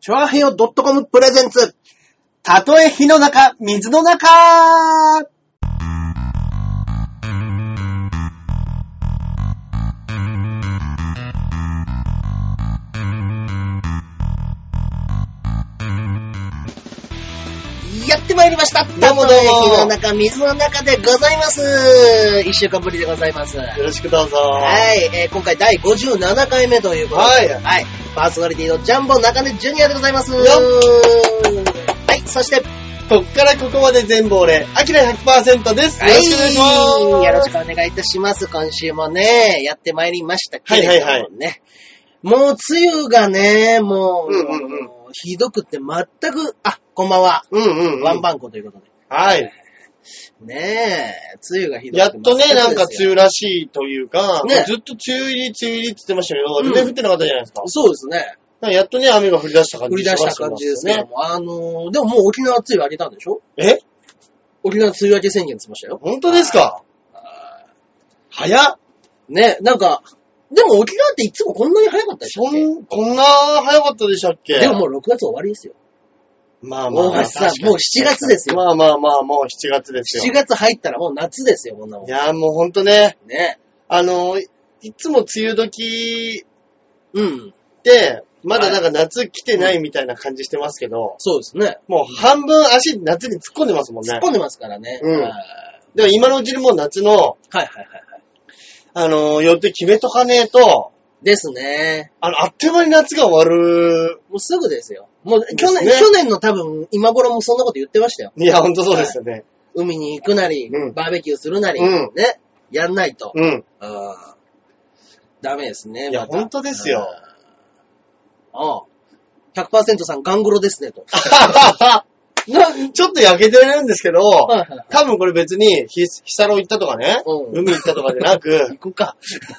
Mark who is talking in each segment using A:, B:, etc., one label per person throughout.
A: チョアヘヨ .com プレゼンツ。たとえ火の中、水の中
B: やってまいりましたどう
A: どうも
B: もどうも火の中、水の中でございます一週間ぶりでございます。は
A: よろしくどうぞ。
B: い、えー今回第57回目ということで、
A: はい
B: はい、パーソナリティのジャンボ中根ジュニアでございます
A: よっ
B: はい、そして、
A: こっからここまで全部俺、アキラ100%です。よろしくお願いします。
B: はいよろしくお願いいたします。今週もね、やってまいりましたけれどもね。
A: はいはいは
B: もう梅雨がね、もう、
A: うんうんうん
B: ひどくって全く、あ、こんばんは。
A: うんうん、うん。
B: ワンバンコということで。
A: はい。
B: ねえ、梅雨がひど
A: やっ
B: くて
A: とね、なんか梅
B: 雨。
A: 雨らしいというか、
B: ね
A: ずっと梅雨入り、梅雨入りって言ってましたけど、全然降ってなかったじゃないですか。
B: そうですね。
A: なんかやっとね、雨が降り出した感
B: 売
A: じ
B: り出した感じですけど。も。あのー、でももう沖縄梅雨明けたんでしょ
A: え
B: 沖縄梅雨明け宣言しましたよ。
A: 本当ですか早っ
B: ねえ、なんか、でも沖縄っていつもこんなに早かったでしょ
A: そん、こんな早かったでしたっけ
B: でももう6月終わりですよ。
A: まあまあ
B: 大
A: まあ、
B: 橋さ
A: 確か
B: ん、
A: に
B: もう7月ですよ。
A: まあまあまあ、もう7月ですよ。
B: 7月入ったらもう夏ですよ、こんなもん
A: い。やーもうほんとね、
B: ね。
A: あのー、いつも梅雨時
B: うん。
A: って、まだなんか夏来てないみたいな感じしてますけど、
B: そうですね。
A: もう半分足夏に突っ込んでますもん
B: 突
A: ね
B: っ。込んでますからね。
A: うん
B: はい
A: でも今のうちにもう夏の、
B: はいはいはい。
A: あのー、予定決めとかねえと、
B: ですね。
A: あの、あっという間に夏が終わる。
B: もうすぐですよ。もう去年、
A: ですね
B: 去年の多分今頃もそんなこと言ってましたよ。
A: いや、ほんとそうですよね。
B: 海に行くなり、
A: うん
B: バーベキューするなり、
A: うん
B: ね、やんないと。
A: うん。
B: うんダメですね。
A: いや
B: また
A: 本当ですよ。
B: うんああ。100%さん、ガングロですね、と。
A: なちょっと焼けてるんですけど、
B: はいはい
A: 多分これ別に、ひ、ヒサロ行ったとかね、
B: うん
A: 海行ったとかじゃなく、
B: 行 くか。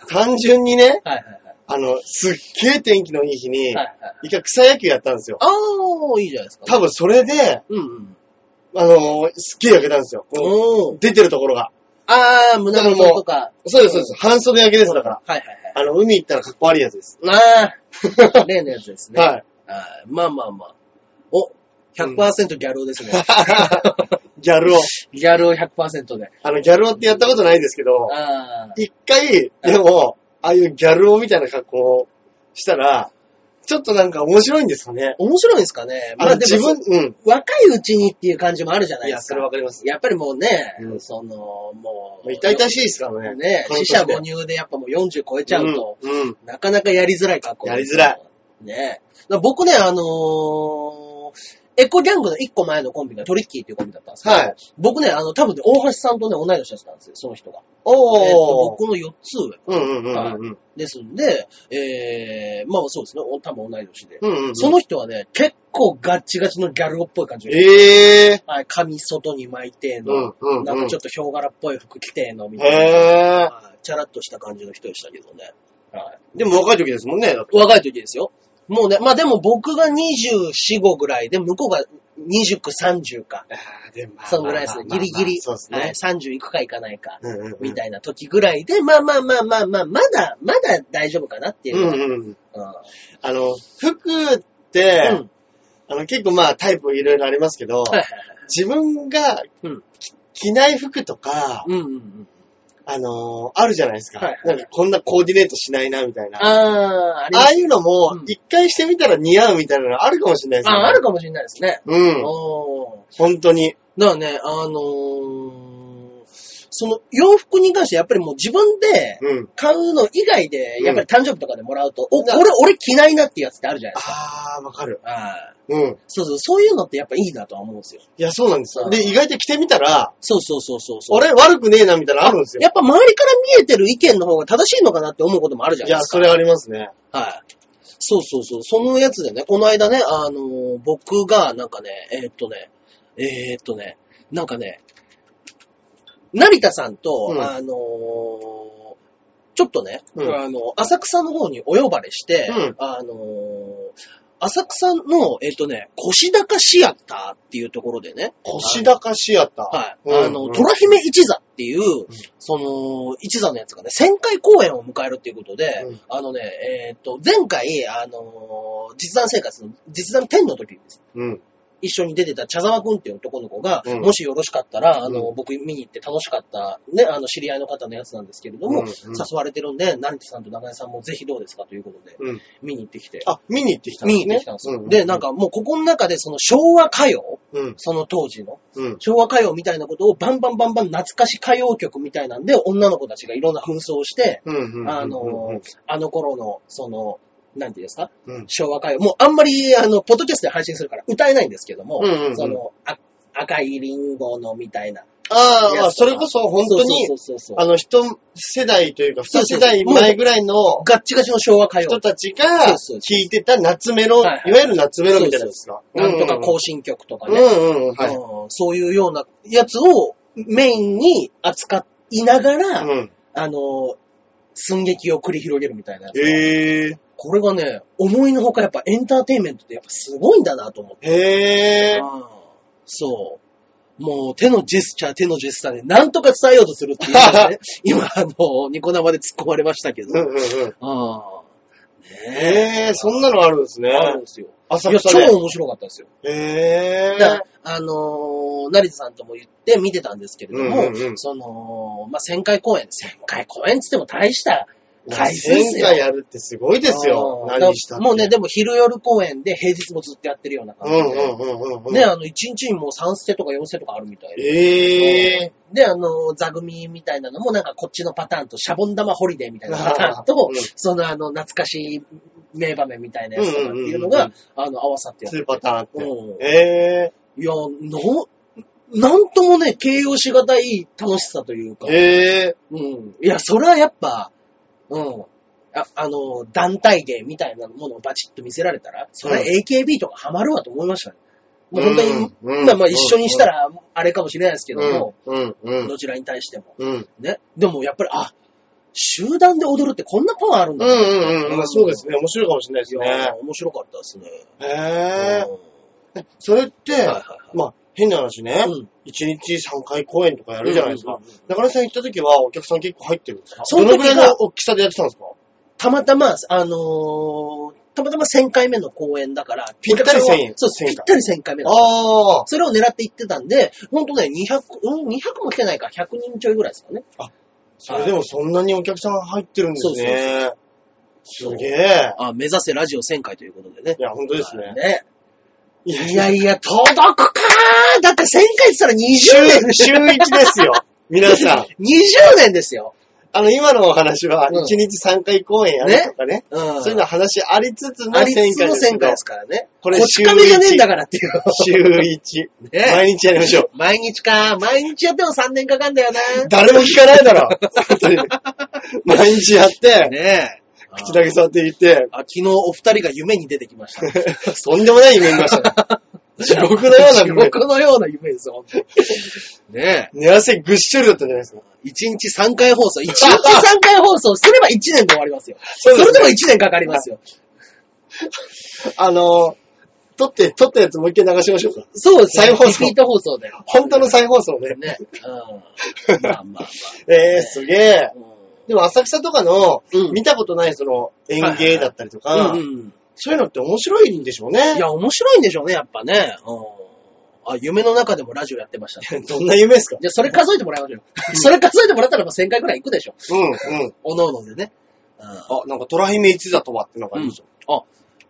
A: 単純にね、
B: はいはいはい。
A: あの、すっげえ天気のいい日
B: は
A: に
B: い、はい、
A: 一回草野球やったんですよ。
B: ああ、いいじゃないですか。
A: 多分それで、
B: うんうん。
A: あのーすっげえ焼けたんですよ。こ
B: お
A: う
B: ー
A: 出てるところが。
B: ああ、胸元とか。
A: そうです、そうです。半袖焼けです、だから。
B: はいはい
A: あの、海行ったらかっこ悪いやつです。
B: はい。ああ、 例のやつですね。
A: は い。
B: あーまあまあまあ。お、100%ギャル男ですね。
A: ギャルを。
B: ギャル男100%で。
A: あの、ギャルをってやったことないんですけど、
B: ああ。
A: 一回、でも、ああいうギャルをみたいな格好をしたら、ちょっとなんか面白いんですかね。
B: 面白いですかね。
A: あの、自分、うん。
B: 若いうちにっていう感じもあるじゃないいで
A: や、
B: す
A: そ
B: か。
A: れわかります。
B: やっぱりもうね、
A: うん
B: その、も
A: も
B: う、
A: う痛々しいですからね。
B: ね、
A: この
B: 死
A: 年
B: 者
A: で
B: 母乳でやっぱもう40超えちゃうと、
A: うん。うん
B: なかなかやりづらい格好。
A: やりづらい。
B: ねだから僕ね、あのーエコギャングの1個前のコンビがトリッキーっていうコンビだったんですけど、
A: はい。
B: 僕ね、あの、多分ね、大橋さんとね、同い年だったんですよ、その人が。えっと
A: おー。
B: 僕の4つ上
A: うんうんうんうん。
B: ですんで、えー、まあそうですね、お多分同い年で。
A: うんうんうん
B: その人はね、結構ガッチガチのギャル男っぽい感じで
A: ええ
B: はい、髪外に巻いてー
A: ー。うん
B: の、
A: うんうん。
B: なんかちょっとヒョウ柄っぽい服着てーの、みたいな、
A: へー。
B: はいチャラッとした感じの人でしたけどね。は
A: でも若い時ですもんね。だって
B: い、若い時ですよ。もうね、まあでも僕が24、5ぐらいで、向こうが29、30か。
A: あーでもまあ
B: そのぐらいですね。ギリギリ。
A: そうですね。
B: はい30いくかいかないか。
A: うんうんうん
B: みたいな時ぐらいで、まあまあまあまあまあ、まだ、まだ大丈夫かなっていうう。うん
A: んうん。あの、服って、
B: うん
A: あの、結構まあタイプいろいろありますけど、
B: はいはいはい。
A: 自分が
B: うん
A: き着ない服とか、
B: うんうんうん。
A: あのーあるじゃないですか。
B: はいはい
A: なんかこんなコーディネートしないな、みたいな。
B: あ
A: あ
B: ー、ありま
A: あ
B: す
A: いうのも
B: う、ん
A: 一回してみたら似合うみたいなのあるかもしれないです
B: あ
A: よね。
B: あるかもしれないですね。
A: うん。
B: おー。
A: 本当に。
B: だからね、あのーその洋服に関してやっぱりもう自分で
A: うん。
B: 買うの以外で、
A: うん
B: やっぱり誕生日とかでもらうと、お、
A: な
B: 俺、俺着ないなってやつってあるじゃないですか。
A: あー、わかる。
B: ああ
A: うん。
B: そうそう、そういうのってやっぱいいなとは思うんですよ。
A: いや、そうなんですよ。
B: うん
A: で、意外と着てみたら、
B: そうそうそうそうそう。
A: 俺悪くねえな、みたいなのあるんですよ。
B: やっぱ周りから見えてる意見の方が正しいのかなって思うこともあるじゃ
A: い
B: ない
A: や
B: で、すか。
A: それありますね。
B: はい。そうそうそう。そのやつでね、この間ね、あのー僕が、なんかね、えーっとね、えーっとね、なんかね、成田さんと、
A: うん
B: あのーちょっとね、
A: うん
B: あの、浅草の方にお呼ばれして、
A: うん
B: あのー浅草の、えーっとね、腰高シアターっていうところでね、
A: 腰高シアター。
B: はい。
A: うん
B: あの、
A: うん
B: 虎姫一座ってっていう、その、一座のやつがね、1000回公演を迎えるっていうことで、
A: うん
B: あのね、えーっと、前回、あのー実弾生活の、実弾10の時です。
A: うん。
B: 一緒に出てた茶沢くんっていう男の子が、
A: うん
B: もしよろしかったら、あの、
A: う
B: 僕見に行って楽しかった、ね、あの、知り合いの方のやつなんですけれども、
A: うんうん
B: 誘われてるんで、成田さんと長江さんもぜひどうですかということで、
A: うん。
B: 見に行ってきて、
A: あ、見に行ってきた
B: 見に行ってきたんですよ。
A: う
B: で、なん、かもうここの中でその昭和歌謡、
A: うん。
B: その当時の、
A: うん。
B: 昭和歌謡みたいなことをバンバンバンバン懐かし歌謡曲みたいなんで、女の子たちがいろんな紛争をして、
A: うんうんうん。
B: あのー、あの頃の、その、なんていうんですか、
A: うん。
B: 昭和歌謡、もうあんまり、あの、ポッドキャストで配信するから歌えないんですけども
A: うんうんう、ん
B: その、あ赤いリンゴのみたいな。
A: あーまあ、それこそ本当に
B: そ、うそうそうそう
A: あの、一世代というか、
B: そう
A: 二
B: そう
A: 世代前ぐらいの
B: ガッチガチの昭和歌謡
A: 人。たちが
B: そうそう
A: 聴いてた夏メロ、い
B: はい
A: わ
B: はい
A: ゆる夏メロみたいなやつか。
B: なんとか行進曲とかね。
A: うんうんうん。はい。
B: うんそういうようなやつをメインに扱いながら、
A: うん。
B: あの、寸劇を繰り広げるみたいなやつが
A: へえ。
B: これがね、思いのほかやっぱエンターテインメントってやっぱすごいんだなと思って。
A: へえ。
B: うんそう。もう手のジェスチャー、手のジェスチャーでなんとか伝えようとするっていうのが ね、今あの、ニコ生で突っ込まれましたけど。
A: うん
B: うん
A: うんう
B: ね
A: ん。
B: え。
A: へえ、そんなのあるんですね。
B: あるんですよ。い
A: 浅
B: や、
A: 草
B: 超
A: で。
B: 面白かったですよ。だ
A: へえ
B: か。らあのー、成田さんとも言って見てたんですけれども、
A: うんうんうん
B: その、まあ、1000回公演、1000回公演ってっても大した回数です
A: 1000
B: よ。
A: 回やるってすごいです
B: う
A: よ。
B: ん
A: 何したって
B: もうね、、でも昼夜公演で平日もずっとやってるような
A: う
B: 感
A: ん
B: じで。
A: うんうんうんうん。
B: ね、あの、1日にもう3ステとか4ステとかあるみたいで。
A: ええ。
B: で、あの、座組みたいなのもなんかこっちのパターンと、シャボン玉ホリデーみたいなパターンと、
A: うん
B: そのあの、懐かしい名場面みたいなやつとかっていうのが、
A: うんうん
B: あの、合わさってやって
A: 2
B: て
A: パターンあって。
B: うん
A: え
B: いや、の、なんともね、形容しがたい楽しさというか
A: え。。ええ。
B: うん。いや、それはやっぱ、うん。ああの、団体芸みたいなものをバチッと見せられたら、それは AKB とかハマるわと思いましたね。もう本当に、
A: うんうん
B: まあまあ一緒にしたら、あれかもしれないですけども、
A: うんうん
B: どちらに対しても。
A: うん。
B: ね。でもやっぱり、あ、集団で踊るってこんなパワーあるん
A: う
B: だ
A: ん
B: な
A: うんうん、まあ、そうですね。面白いかもしれないで
B: い
A: すね
B: や。面白かったですね。
A: へえ。
B: うん
A: それって、
B: はいはい
A: まあ、変な話ね。
B: うん
A: 一日3回公演とかやるじゃないです
B: うん
A: か
B: うんうんうん。
A: 中根さん行った時はお客さん結構入ってるんですか
B: そ
A: ど
B: の
A: の
B: 時
A: ぐ
B: が
A: らいの大きさでやってたんですか
B: たまたま、あのーたまたま1000回目の公演だから、
A: ぴったり1000円
B: そうです、ぴったり1000回目だった。
A: ああ。
B: それを狙って行ってたんで、ほんとね、200、うん、200も来てないか、100人ちょいぐらいですかね。
A: それでもそんなにお客さん入ってるんですね。す
B: そう
A: げえ。
B: あ、目指せラジオ1000回ということでね
A: い。や、本当ですね。
B: ね。
A: いや
B: いやいや、届くかーだって1000回って言ったら20
A: 週、
B: 年、
A: 週1です よ。皆さん。
B: 20年ですよ。
A: あの、今のお話は、
B: うん
A: 1日3回公演やるとかね。
B: うん。
A: そういうの話ありつつの
B: あり
A: 1000
B: つつ
A: 回
B: の
A: です
B: 1000
A: けど
B: 回ですからね。
A: こ
B: こ
A: れ
B: れ、こち亀じゃねえんだからっていう。
A: 週1。
B: ね。
A: 毎日やりましょう。
B: 毎日か。毎日やっても3年かかんだよな。
A: 誰も聞かない だろ。本当に毎日やって、
B: ねえ。
A: 口だけ触っていて、
B: あ、昨日お二人が夢に出てきました。
A: とんでもない夢見ました ね。 地獄のような夢。
B: 僕のような夢ですよ、本当に。ねえ。
A: 寝汗ぐっしょりだったんじゃないですか。
B: 一日三回放送。一日三回放送すれば一年で終わりますよ。そ
A: そうですね
B: れでも一年かかりますよ。
A: あの、撮って、撮ったやつもう一回流しましょうか。
B: そうですね。
A: 再放送
B: リピート放送だよ。
A: 本当の再放送ね。
B: ね。うん。まあまあまあ。
A: えー、すげえ。
B: うん
A: でも浅草とかの、
B: うん
A: 見たことないその園芸だったりとか、
B: うんうん。
A: そういうのって面白いんでしょうね
B: い。や、面白いんでしょうね、やっぱね。うん。あ、夢の中でもラジオやってました。じ
A: どんな夢ですか
B: ゃあ、それ数えてもらいましょう。それ数えてもらったら、まあ、1000回くらい行くでしょ。
A: うん、うん。
B: おのおのでね。うん。
A: あ、なんか、虎姫一座とはってなんかありますよ。
B: あ、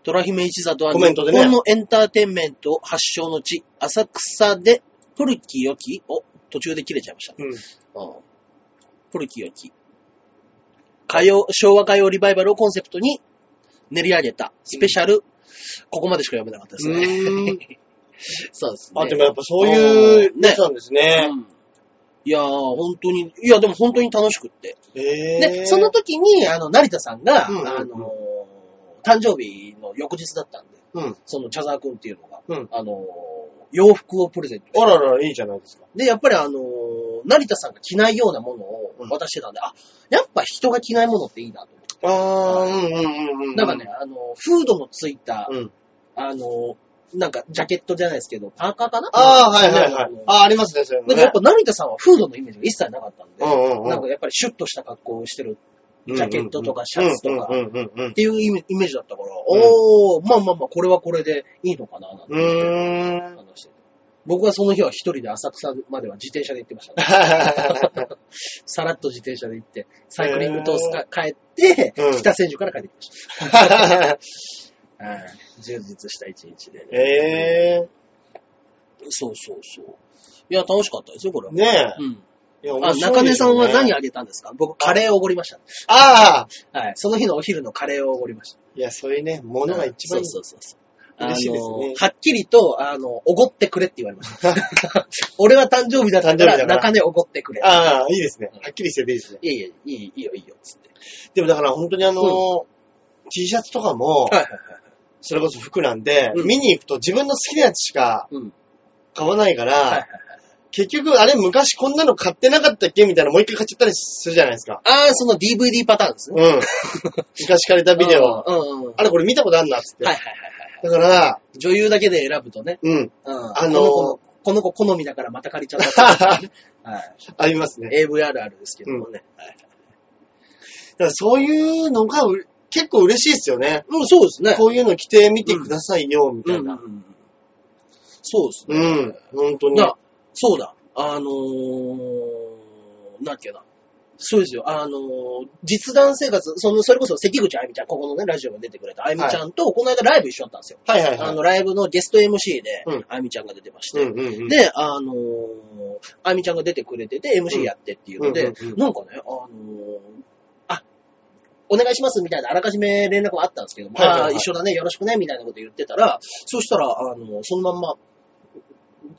B: 虎姫一座とは
A: コメントでね
B: 日本のエンターテインメント発祥の地、浅草で古き良き、お、途中で切れちゃいました。
A: うん。
B: うん古き良き。歌謡、昭和歌謡リバイバルをコンセプトに練り上げたスペシャル、ここまでしか読めなかったですね。
A: うーん
B: そうですね。
A: あ、でもやっぱそういう
B: うんね
A: やつなんですね。
B: うんいやー、本当に、いや、でも本当に楽しくって。
A: えー、
B: で、その時に、あの、成田さんが、
A: うんうんうん
B: あのー、誕生日の翌日だったんで、
A: うん。
B: その茶沢くんっていうのが、
A: うん
B: あのー、洋服をプレゼントして
A: あらら、いいじゃないですか。
B: で、やっぱりあのー、成田さんが着ないようなものを
A: うん
B: 渡してたんで、あ、やっぱ人が着ないものっていいなと思って。
A: あー、うんうんうんうん。
B: なんかね、あのー、フードのついた、
A: うん。
B: あのー、なんか、ジャケットじゃないですけど、パーカーかな
A: ああ、はいはいはい
B: うん。
A: ああ、ありますね、そういうの
B: だか
A: ね。
B: らやっぱ成田さんはフードのイメージが一切なかったんで、
A: うんうんうん
B: なんかやっぱりシュッとした格好をしてるジャケットとかシャツとか
A: うんうんうん
B: っていうイメイメージだったから、おー、まあまあまあ、これはこれでいいのかな、なんて
A: うん うん。うーん。
B: 話してて僕はその日は一人で浅草までは自転車で行ってましたね。 さらっと自転車で行って、サイクリングコースか帰って、
A: うん
B: 北千住から帰ってきました。はい充実した一日で、ね。
A: ええ
B: そうそうそう。いや、楽しかったですよ、これは。
A: ー、ね
B: うん。
A: え。いや
B: あ、
A: 面白い
B: 中根さんは何
A: あ
B: あげたんですか僕、カレーをおごりました。
A: あ
B: はい。その日のお昼のカレーをおごりました。
A: ーいや、そういうね、ものが一番いい。
B: そうそうそうそう。
A: 嬉しいですね
B: あのはっきりと、あの、おごってくれって言われました。 俺は誕生日だったか
A: 誕生日
B: ら、
A: だから
B: 中根おごってくれ。
A: ああ、いいですね。はっきりしてていいですね。
B: いやいや、いい、いいよ、いいよ、つって。
A: でもだから本当にあの、T シャツとかも、
B: はいはいはい。
A: それこそ服なんで、
B: うん
A: 見に行くと自分の好きなやつしか
B: うん。
A: 買わないから、
B: はいはいはい
A: 結局、あれ昔こんなの買ってなかったっけみたいなもう一回買っちゃったりするじゃないですか。
B: ああ、その DVD パターンですね。
A: うん。 昔借りたビデオ。
B: うんうんうん。
A: あれこれ見たことあんなっつって。
B: はいはいはいはい。
A: だから、
B: 女優だけで選ぶとね、
A: うん、
B: うん
A: あの
B: この
A: ー
B: 子のこの子好みだからまた借りちゃったとか ね、はい。
A: ありますね。
B: AV あるあるですけどもね。はい
A: だからそういうのがう結構嬉しいですよね。
B: うん、そうですね。
A: こういうの着てみてくださいよ、み
B: う
A: た
B: ん
A: い
B: うんう
A: な。
B: んそうです
A: う
B: ね。
A: ん、本当に。
B: だそうだ。あのー、なんだっけな。そうですよ。あのー、実弾生活、その、それこそ関口あゆみちゃん、ここのね、ラジオが出てくれたあゆみちゃんと、この間ライブ一緒だったんですよ。
A: はいはい
B: あ
A: はい。
B: の、ライブのゲスト MC で
A: うん、
B: あゆみちゃんが出てまして。
A: うんうんうん。
B: で、あのー、あみちゃんが出てくれてて、MC やってっていうので、
A: うんうんうん
B: なんかね、あのー、あ、お願いしますみたいな、あらかじめ連絡もあったんですけども、
A: はいはいはい
B: あー一緒だね、よろしくね、みたいなこと言ってたら、そしたら、あのー、そのまんま、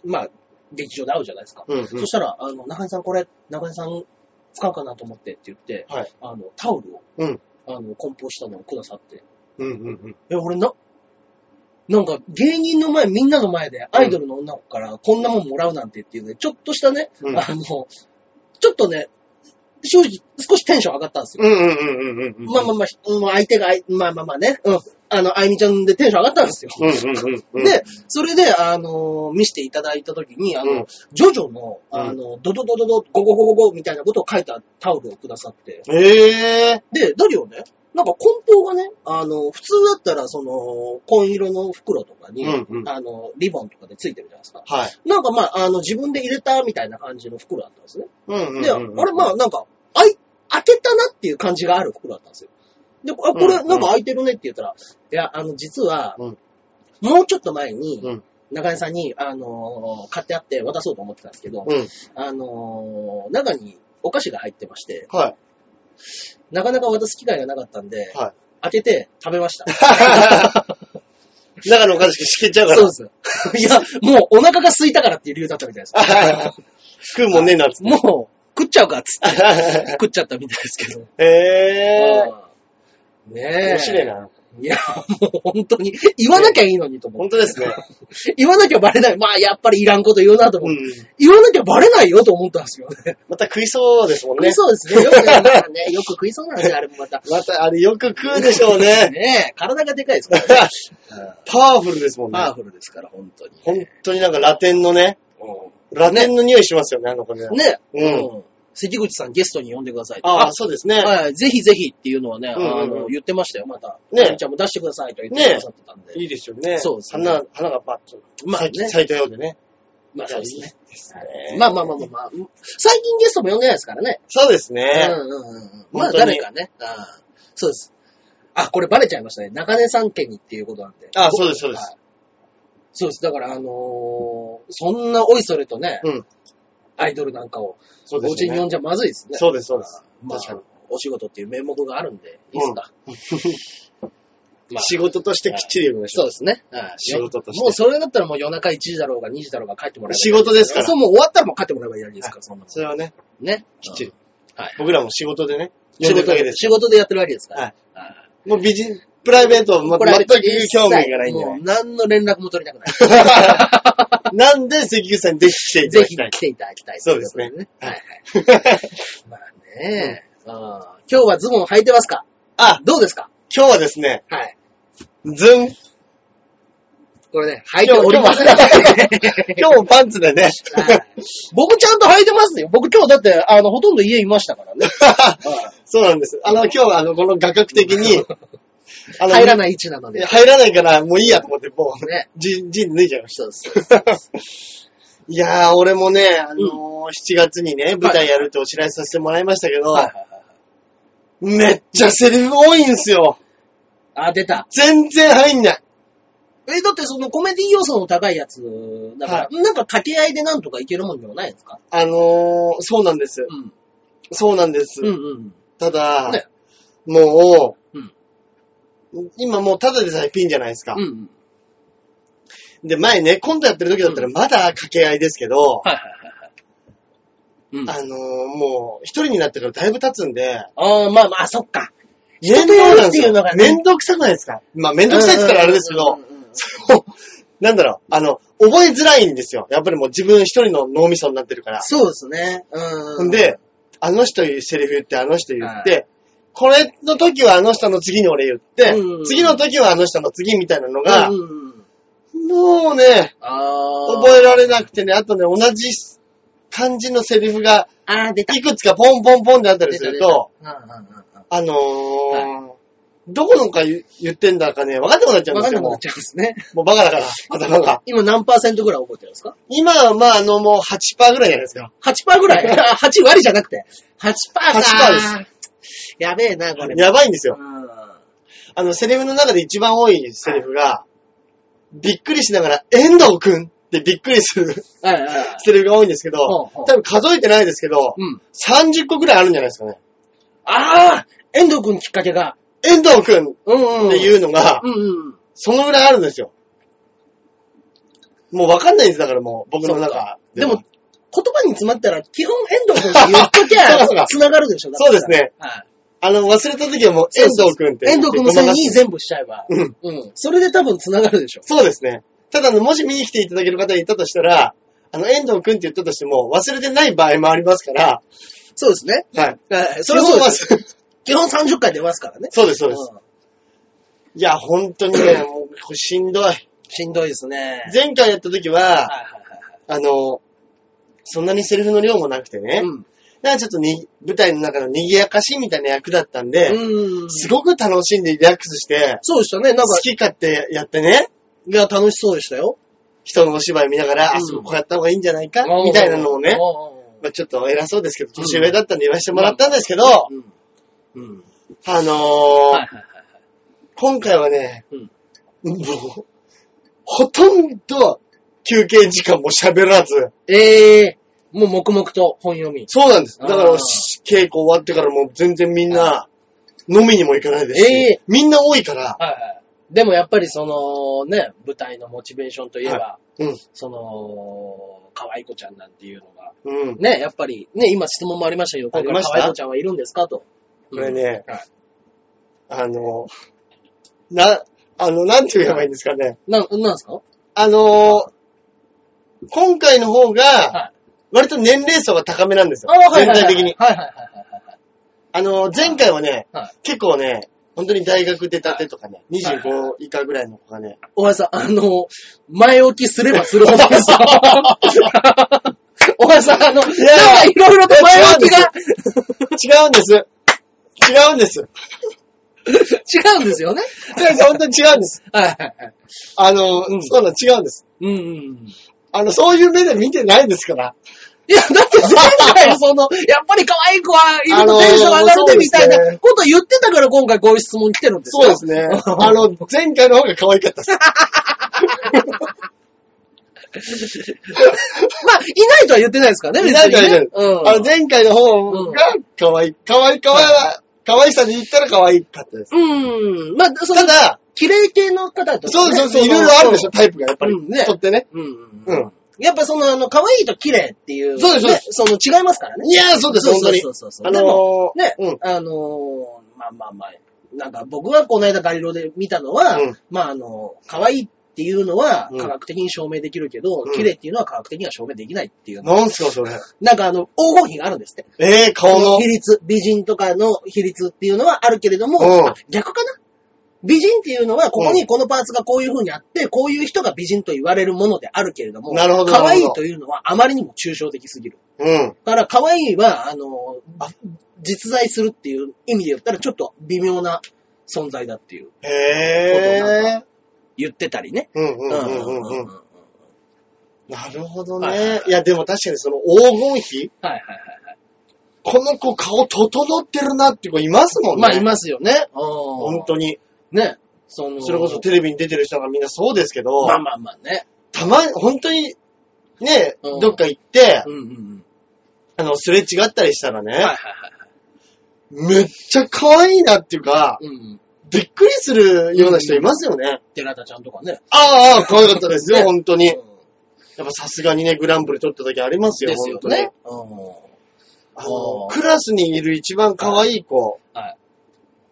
B: まあ、劇場で会うじゃないですか。
A: うんうん
B: そしたら、あの、中根さんこれ、中根さん使うかなと思ってって言って、
A: はい
B: あの、タオルを、
A: うん
B: あの、梱包したのをくださって、
A: うんうんうん。
B: え、俺な、なんか芸人の前、みんなの前でアイドルの女の子からこんなもんもらうなんてっていうね、ちょっとしたね、
A: うん
B: あの、ちょっとね、正直少しテンション上がったんですよ。
A: うんうんうんうんうん。
B: まあまあまあ、うん相手があい、まあまあまあね、うん、あの、あいみちゃんでテンション上がったんですよ。
A: うんうんうんうん。
B: で、それで、あの見せていただいたときに、あの、
A: うん
B: ジョジョの、
A: うん
B: あの、ドドドドド、ゴゴゴゴゴみたいなことを書いたタオルをくださって、
A: ええ
B: で、だけどね、なんか梱包がね、あの、普通だったら、その、紺色の袋とかに、
A: うんうん
B: あの、リボンとかでついてるじゃないですか。
A: はい。
B: なんかまあ、あの、自分で入れたみたいな感じの袋だったんですね。
A: うんうんうん
B: で、あれまあ、なんか、あい、開けたなっていう感じがある袋だったんですよ。で、あ、これ、
A: うん
B: なんか開いてるねって言ったら、いや、あの、実は、
A: うん
B: もうちょっと前に、
A: うん
B: 中根さんに、あの買ってあって渡そうと思ってたんですけど、
A: うん。
B: あの中にお菓子が入ってまして、
A: はい。
B: なかなか渡す機会がなかったんで、
A: は
B: 開けて食べま した。
A: い。中のおかしくしけちゃうから。
B: そうです。いや、もうお腹が空いたからっていう理由だったみたいです。
A: 食うもんねえなっ つっ
B: もう食っちゃうかっつって
A: て。
B: 食っちゃったみたいですけど。
A: へえ
B: うんねえ。
A: 面白いな。
B: いや、もう本当に言わなきゃいいのにと思っ
A: 本
B: て。
A: 当ですね。
B: 言わなきゃバレない。まあやっぱりいらんこと言うなと思っ
A: う
B: て。
A: ん。
B: 言わなきゃバレないよと思ったんですよね。
A: また食いそうですもん
B: 食
A: ね
B: い。そうですね。よくね、まあねよく食いそうなんですよ、あれも また。
A: また、あれよく食うでしょうね。
B: ねえ、体がでかいですからね。うん
A: パワフルですもんね。
B: パワフルですから、本当に。
A: 本当になんかラテンのね、
B: うん
A: ラテンの匂いしますよね、あの子ね。
B: ね、
A: うん
B: うん関口さんゲストに呼んでくださいって。
A: ああ、そうですね。
B: はい、ぜひぜひっていうのはね、
A: うんうん
B: あ
A: う
B: の、
A: ん
B: 言ってましたよ、また。
A: ね
B: あゆみちゃんも出してくださいと言ってくださってたんで。
A: いいですよね。
B: そうですね
A: 花、花がパッと。
B: まあね
A: 咲い咲いたようでね。
B: まあそうですね。
A: ね
B: まあまあまあまあまあ、最近ゲストも呼んでないですからね。
A: そうです
B: う
A: ね。
B: んうんうんうん。まあ
A: 本当に
B: 誰かね。あーそうです。あ、これバレちゃいましたね。中根さん家にっていうことなんで。
A: あそうですそうです
B: はい。そうです。だから、あのーそんなおいそれとね、
A: うん
B: アイドルなんかを、
A: そうで
B: お
A: す
B: 家
A: よ
B: に呼
A: ね。
B: んじゃまずいですね。
A: そうです、そうです。
B: まあ
A: 確かに、
B: お仕事っていう名目があるんで、いいですか。 まあ
A: 仕事としてきっちり呼びまし
B: そう
A: ょう。
B: ですね。はい
A: 仕事として
B: もうそれだったらもう夜中1時だろうが2時だろうが帰ってもらえばいい
A: 仕事ですから
B: そう、もう終わったらもう帰ってもらえばいいわけですから、そんなの
A: それはね、
B: ね。
A: きっちり。
B: はい
A: 僕らも仕事でね、
B: うん。
A: 呼
B: 仕
A: んでる
B: 事
A: わけで
B: で、
A: す。
B: 仕事でやってるわけですから。
A: はい
B: あ
A: もう美人、プライベートは
B: ー。
A: ま全く興味がないんで
B: もう
A: ね。
B: 何の連絡も取りたくない。
A: なんで関口さんにぜひ来ていた
B: ぜ
A: だ
B: ひ来
A: きたい。
B: ていただきたい。
A: そうですね
B: といことではいはい。まあね、あー今日はズボン履いてますか
A: あ、
B: どうですか
A: 今日はですね、
B: はい。
A: ズン
B: これね、履いておりません。
A: 今日もパンツでね。
B: 僕ちゃんと履いてますよ。僕今日だって、あの、ほとんど家いましたからね。
A: そうなんです。あの、今日はあの、この画角的 に、あ の
B: 入らない位置なので。
A: 入らないから、もういいやと思って、もう、
B: ね。
A: ジン、ジン脱いじゃいました。 いやー、俺もね、あのー7月にね、舞台やるってお知らせさせてもらいましたけど、
B: はいはいはい。
A: めっちゃセリフ多いんすよ。
B: あ、出た。
A: 全然入んない。
B: え、だってそのコメディ要素の高いやつ、だから、
A: は
B: なんか掛け合いでなんとかいけるもんでもないですか
A: あのーそうなんです。
B: うん。
A: そうなんです。
B: うんうん。
A: ただ、
B: ね
A: もう、
B: うん
A: 今もうただでさえピンじゃないですか。
B: うんうん。
A: で、前ね、コントやってる時だったらまだ掛け合いですけど、
B: はいはいはいはい。うん。
A: あのーもう、一人になってからだいぶ経つんで、
B: ああ、まあまあ、そっか。
A: 面
B: と
A: 倒
B: やる
A: なん
B: って
A: です
B: いう
A: よ
B: のが。ね
A: めんどくさくないですかまあ、めんどくさいって言ったらあれですけど、
B: うんうんうんうん
A: そうなんだろう、あの、覚えづらいんですよ。やっぱりもう自分一人の脳みそになってるから。
B: そうですね。うんうんん。
A: で、あの人言うセリフ言って、あの人言って、これの時はあの人の次に俺言って
B: うん、
A: 次の時はあの人の次みたいなのが
B: うん、うんうん、
A: もうね、
B: ああ。
A: 覚えられなくてね、あとね、同じ感じのセリフが、
B: ああ、出た。
A: いくつかポンポンポンってあったりすると、
B: 出た、出たうんうんうん
A: あのーどこのか言ってんだかね、分かんなくなっちゃ
B: うん。
A: うん
B: わ
A: で
B: かんなく
A: すよ。
B: な
A: も
B: っちゃうんですね。
A: うもうバカだから、頭が。
B: 今何パーセントぐらい覚えてるんですか
A: 今はまあ、あの、もう8%ぐらいじゃないですか。
B: ?8% ぐらい ?8 割じゃなくて。8%か。
A: 8%
B: です。やべえな、これ。
A: やばいんですよ。
B: うん
A: あの、セリフの中で一番多いセリフが、びっくりしながら、遠藤くんってびっくりする
B: はいはいはい。
A: セリフが多いんですけど、
B: ほうほ
A: 多
B: う
A: 分数えてないですけど、
B: うん。
A: 30個ぐらいあるんじゃないですかね。
B: ああ遠藤くんきっかけが。
A: 遠藤くんっ
B: うんうん。
A: ていうのが、
B: うんうん。
A: そのぐらいあるんですよ。もうわかんないんです、だからもう、僕の
B: そう
A: 中
B: でも、
A: は
B: 言葉に詰まったら、基本遠藤くんって言っとき
A: そうかそう
B: ゃ、
A: か
B: 繋がるでしょ。だから
A: そうですね。
B: はい
A: あの、忘れた時はもう、遠藤くんって。
B: 遠藤くんの
A: ご
B: 線
A: まか
B: に
A: し
B: 全部しちゃえば。
A: うん。
B: うん。それで多分繋がるでしょ。
A: そうですね。ただあの、もし見に来ていただける方がいたとしたら、あの、遠藤くんって言ったとしても、忘れてない場合もありますから、
B: そうですね。
A: はい。
B: はい。それはそうです。
A: そうです。
B: 基本30回出ますからね。
A: そうです、そうです。
B: うん
A: いや、本当にね、もう、これしんどい。
B: しんどいですね。
A: 前回やった時は、
B: はいはいはい
A: あの、そんなにセリフの量もなくて
B: は
A: ね、
B: い。
A: なんかちょっとに、舞台の中の賑やかしいみたいな役だったんで、
B: うん。うん。
A: すごく楽しんでリラックスして、
B: そうでしたね。なん
A: 好
B: か、
A: き勝手やってね、
B: いや、楽しそうでしたよ。
A: 人のお芝居見ながら、
B: うん
A: あそここうやった方がいいんじゃないか、みたいなのをね、
B: う
A: まあ、ちょっと偉そうですけど、年上だったんで言わせてもらったんですけど、
B: ん。うん。
A: あのー
B: はいはいはい。
A: 今回はね、
B: うん
A: もう、ほとんど休憩時間も喋らず、
B: ええもう黙々と本読み。
A: そうなんです。だから
B: あー、
A: 稽古終わってからもう全然みんな、飲みにも行かないですし、
B: え
A: みんな多いから、
B: はいはい。でもやっぱりそのね、舞台のモチベーションといえば、
A: うん、
B: その、可愛い子ちゃんなんていうのが、
A: うん。
B: ね、やっぱり、ね、今質問もありましたけど、今
A: あり
B: 回
A: まし
B: 可
A: た
B: 愛い子ちゃんはいるんですかと。
A: これね
B: うんはい
A: あの、な、あの、なんて言えばいいんですかね。
B: な、なんですか
A: あのー今回の方
B: は
A: が、割と年齢層が高めなんですよ。全体的に。
B: はいはいはいはいはい。
A: あのー前回はね、
B: はい
A: 結構ね、本当に大学出たてとかね、
B: はい
A: 25以下ぐらいの子がね、
B: お前さん、あの、前置きすればするほどさ、 お前さん、あの、なんか
A: や
B: いろいろと前置きが
A: 違うんです。違うんです。
B: 違うんですよね。
A: 違うんです本当に違うんです。
B: はいはいはい。
A: あの、そうなの違うんです。
B: うんうん。
A: あの、そういう目で見てないですから。
B: いや、だって前 回その、やっぱり可愛い子はいるとテンション上がるでみたい
A: あのーそうです
B: な
A: ね
B: こと言ってたから今回こういう質問来てるんです
A: そう
B: よ。
A: ですね。あの、前回の方が可愛かったです。
B: まあ、いないとは言ってないですからね、
A: いないとは言って
B: 別にねうん。
A: あの、前回の方が可愛い。可愛い、可愛い、可愛さで言ったら可愛かったです。
B: うん。まあ、そ
A: た
B: の、
A: だ、
B: 綺麗系の方と
A: そう
B: かね、
A: ですそうそう、いろいろあるでしょ、タイプがやっぱり。
B: うんね
A: 人ってね。
B: うんう
A: う
B: う
A: ん
B: んん。やっぱその、あの、可愛いと綺麗っていう。。
A: そうですそうです
B: その、違いますからね。
A: いやー、そうです、本当に
B: そ。うそうそうそう。
A: あ
B: でも、
A: のー、
B: ね、
A: うん。
B: あのーまあまあまあ、なんか僕はこの間ガリロで見たのは、
A: うん
B: まああの、可愛いっていうのは
A: うん
B: 科学的に証明できるけど、
A: うん
B: 綺麗っていうのは科学的には証明できないっていう。
A: なんすか、それ。
B: なんかあの、黄金比があるんですって。
A: えー、顔の
B: 比。率、美人とかの比率っていうのはあるけれども、
A: うん
B: あ逆かな美人っていうのは、ここにこのパーツがこういう風にあって、こういう人が美人と言われるものであるけれども、
A: なるほど
B: 可愛
A: ないるほど
B: というのはあまりにも抽象的すぎる。
A: うん。
B: だから、可愛いは、あの、ば実在するっていう意味で言ったら、ちょっと微妙な存在だっていう、
A: へぇー。
B: 言ってたりね。
A: うん
B: う
A: うんんうんうんうん。
B: はい
A: なるほど
B: はいはい
A: ね。いや、でも確かにその黄金比
B: はいはい
A: この子顔整ってるなっていう子いますも
B: はい。
A: んね。
B: まあ、いますよね。本
A: 本当に。
B: ね。その、
A: それこそテレビに出てる人がみんなそうですけど、
B: まあまあまあね。
A: たまに、本当に、ね、
B: うん
A: どっか行って
B: う、んうんうん。
A: あの、すれ違ったりしたら
B: はいはい
A: ね、
B: はいはい。
A: めっちゃ可愛いなっていうか、
B: うんうん。
A: びっくりするような人いますよね。
B: 寺田ちゃんとかね。
A: ああああ、可愛かったですよ、
B: ね
A: 本当に。やっ
B: うん
A: ぱさすがにね、グランプリ取った時ありますよ、
B: ですよ
A: 本当に
B: ね。。う
A: あの
B: うん
A: クラスにいる一番可愛い子、
B: はい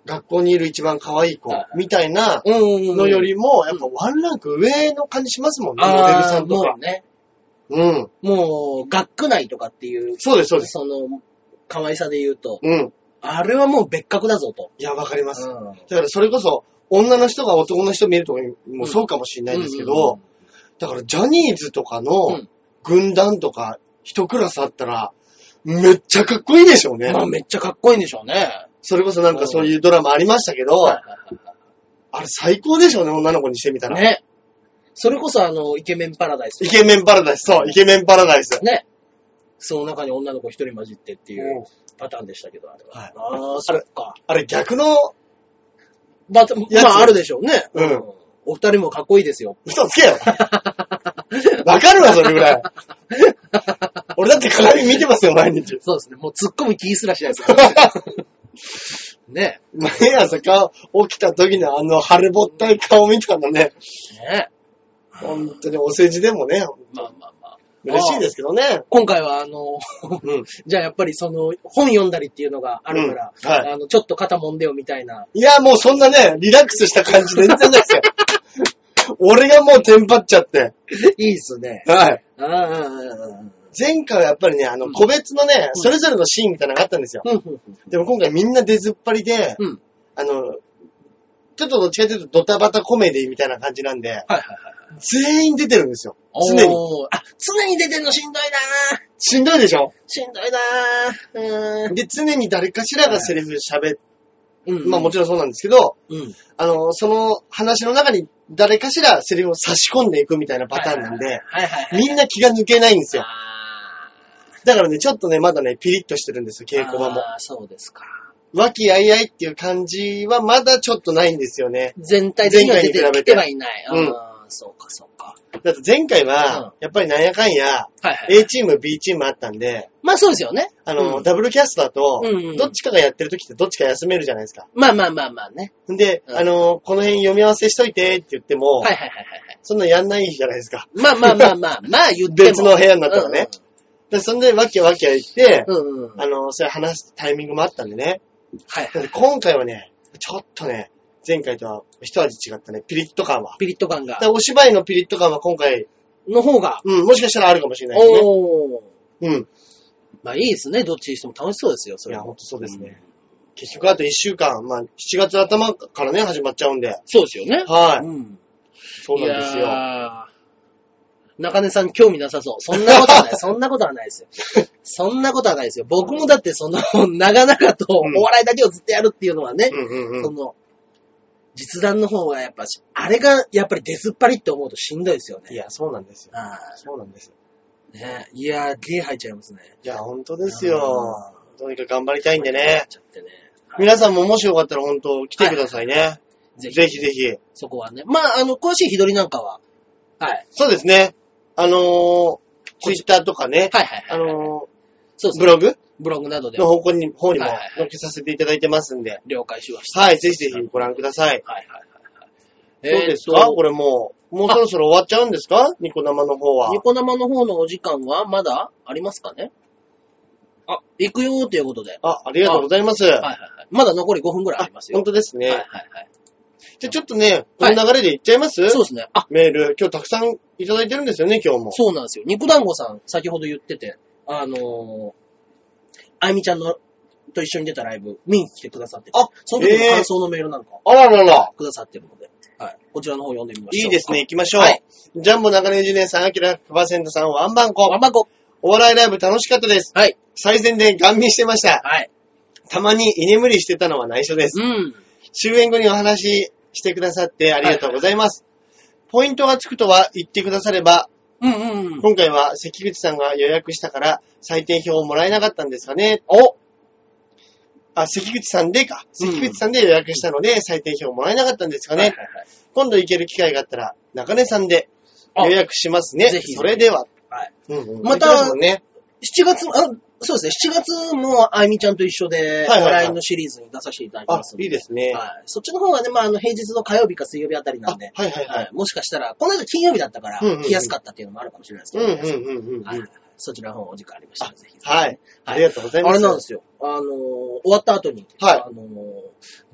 A: 学校にいる一番可愛い子、
B: はいはい
A: みたいなん
B: うんうん。
A: のよ、りも、やっぱワンランク上の感じしますもんね、
B: あー
A: モデルさんと
B: も
A: か
B: う。ね。
A: うん。
B: もう、学区内とかっていう、
A: そうです、そうです。
B: その、可愛さで言うと、
A: うん。
B: あれはもう別格だぞと。
A: いや、わかります。
B: うん
A: だからそれこそ、女の人が男の人見るとかもそうかもしれないですけど、、だからジャニーズとか
B: う
A: の
B: ん
A: 軍団とか一クラスあったら、めっちゃかっこいいでしょうね。
B: まあめっちゃかっこいいんでしょうね。
A: それこそなんかそういうドラマありましたけど、
B: は
A: あれ最高でしょうね、女の子にしてみた
B: い
A: ら。
B: ね。それこそあの、イケメンパラダイス
A: イ。ケメンパラダイス、そう、イケメンパラダイス。
B: ね。その中に女の子一人混じってっていうパターンでしたけど、あれは。
A: はい
B: ああ、そっか。
A: あれ逆の、
B: まあ、ま
A: やつ
B: あ、あるでしょうね。
A: うん
B: お二人もかっこいいですよ。
A: 嘘つけよ。 わかるわ、それぐら い。俺だって鏡見てますよ、毎日。
B: そうですね。もう突っ込む気すらしないですから ね。
A: 毎朝顔、起きた時のあの腫れぼったい顔見たらね、
B: ね。ね。
A: 本当にお世辞でもね、
B: まあまあまあ。
A: 嬉しいですけどね。
B: 今回はあの、
A: うん。
B: じゃあやっぱりその、本読んだりっていうのがあるから、
A: うんはい
B: あの、ちょっと肩揉んでよみたい な。
A: いや、もうそんなね、リラックスした感じ全然ないですよ。 俺がもうテンパっちゃって。
B: いいっすね。
A: はい。
B: ああ、うん
A: 前回はやっぱりね、あの、個別のね、それぞれのシーンみたいなのがあったんですよ。
B: うんうん。
A: でも今回みんな出ずっぱりで、
B: うん
A: あの、ちょっとどっちかというとドタバタコメディみたいな感じなんで、
B: はいはいはい。
A: 全員出てるんですよ。常に。
B: おー。あ、常に出てんのしんどいなー
A: しんどいでしょ
B: しんどいなーう
A: で、常に誰かしらがセリフ喋っ
B: ーん。
A: まあも
B: ち
A: ちろんそうなんですけど、
B: ろん。うん。
A: あの、その話の中に誰かしらセリフを差し込んでいくみたいなパターンなんで、
B: はいはいはい。
A: みんな気が抜けないんですよ。
B: あ
A: だからね、ちょっとね、まだね、ピリッとしてるんですよ、
B: ー
A: 稽古場も。
B: あーそうですか。
A: 和気あいあいっていう感じはまだちょっとないんですよね。
B: 全体的には出てきてはいない。
A: 前回に比べて
B: あーそうかそうか。
A: だって前回は
B: うん、
A: やっぱりなんやかんや、
B: はいはい。
A: A チーム、B チームあったんで、
B: まあそうですよね。
A: あの、
B: うん
A: ダブルキャストだと、
B: うんうん
A: どっちかがやってる時ってどっちか休めるじゃないですか。
B: まあまあまあまあね。
A: んで、
B: うん
A: あの、この辺読み合わせしといてって言っても、
B: はいはいはいはいはい。
A: そんなやんないじゃないですか。
B: まあまあまあまあ、まあ言っても。
A: 別の部屋になったらね。で、そんで、わきわきあ言って、
B: うんうん。うんうん。は
A: あの、それ話すタイミングもあったんでね。
B: い
A: な
B: は
A: ん
B: い。
A: で今回はね、ちょっとね、前回とは一味違ったね、ピリッと感は。
B: ピリッと感が
A: だか。らお芝居のピリッと感は今回、
B: の方が。
A: うん、もしかしたらあるかもしれないですね。
B: おー。
A: うん。
B: まあいいですね。どっちにしても楽しそうですよ、そ
A: い
B: れ
A: や、
B: は
A: ほんとそうですね。結局あと一週間、まあ、7月頭からね、始まっちゃうんで。
B: そうですよね。
A: はい。
B: うん。
A: そうなんです
B: い
A: よ。
B: やー中根さん興味なさそう。そんなことは ない。そんなことはないですよ。そんなことはないですよ。僕もだってその、長々と
A: うん
B: お笑いだけをずっとやるっていうのはね、
A: うんうんう
B: そ
A: ん。
B: の、実弾の方がやっぱし、あれがやっぱり出ずっぱりって思うとしんどいですよね。
A: いや、そうなんですよ。
B: あ
A: そうなんですよ。
B: ーねいやー、ゲー入っちゃいますね。
A: いや、ほんとです
B: あ
A: よ。どうにか頑張りたいんで
B: 入っ
A: ね。
B: ちゃってね。
A: 皆さんももしよかったら本当来てくださいね。
B: ぜひ、
A: ぜひぜひ。
B: そこはね。まあ、あの、詳しい日取りなんかは、はい。
A: そうですね。あのー、ツイッターとかね、
B: はいはいはい。
A: あの
B: そうです
A: ー、ブ
B: ね。
A: ログ
B: ブログなどで
A: の方向に、方にも
B: はいはいはい
A: 載っけさせていただいてますんで。
B: 了解しました。
A: はい、ぜひぜひご覧ください。
B: はいはいはい
A: ど
B: はい。
A: うですか
B: えーと
A: これもう、もうそろそろ終わっちゃうんですかニコ生の方は。
B: ニコ生の方のお時間はまだありますかねあ、行くよーということで。
A: あ、ありがとうございます。
B: はいはいはい。まだ残り5分ぐらいあ
A: あ
B: りますよ。
A: 本当ですね。
B: はいはいはい。
A: じゃあちょっとね、こ
B: はい
A: の流れでいっちゃいます、
B: そうですね。あ、
A: メール、今日たくさんいただいてるんですよね、今日も。
B: そうなんですよ。肉団子さん、先ほど言ってて、あのー、あゆみちゃんのと一緒に出たライブ、見に来てくださってて
A: あ
B: その時
A: え
B: の
A: ー
B: 感想のメールなんか
A: あららら。
B: くださってるので、はい。こちらの方読んでみましょう。
A: いいですね、。行きましょう。
B: はい
A: ジャンボ中根ジュニアさん、アキラ100%さん、ワンバン
B: あ
A: コ
B: ん。まこ。
A: お笑いライブ楽しかったです。
B: はい。
A: 最前でガン見してました。
B: はい。
A: たまに居眠りしてたのは内緒です。
B: うん。
A: 終演後にお話ししてくださってありがとうございます。ポイントがつくとは言ってくだされば、
B: うんうんうん。
A: 今回は関口さんが予約したから採点表をもらえなかったんですかね。おあ、関口さんでか。
B: うん
A: 関口さんで予約したので採点表をもらえなかったんですかね。
B: はいはいはい
A: 今度行ける機会があったら、中根さんで
B: あ
A: 予約しますね。
B: ぜひぜひ
A: それでは。
B: はい
A: うんうん
B: また
A: 行きすもんね、
B: 7月、あ、そうですね、7月もあゆみちゃんと一緒で、
A: はいはいはい
B: お笑いのシリーズに出させていただき
A: あ
B: ます、の
A: いいですね。あ、
B: はい。そっちの方はね、まあ、あの、平日の火曜日か水曜日あたりなんで、
A: はいはいは。
B: はいい。もしかしたら、この間金曜日だったから、
A: うんうんうん
B: 来やすかったっていうのもあるかもしれないですけ
A: うん
B: ど、
A: う
B: ね
A: んうんうん。
B: は
A: はいい。。
B: そちらの方お時間ありましたら、ぜひ。
A: ありがとうございます。
B: あれなんですよ。あのー終わった後に、
A: はい
B: あのー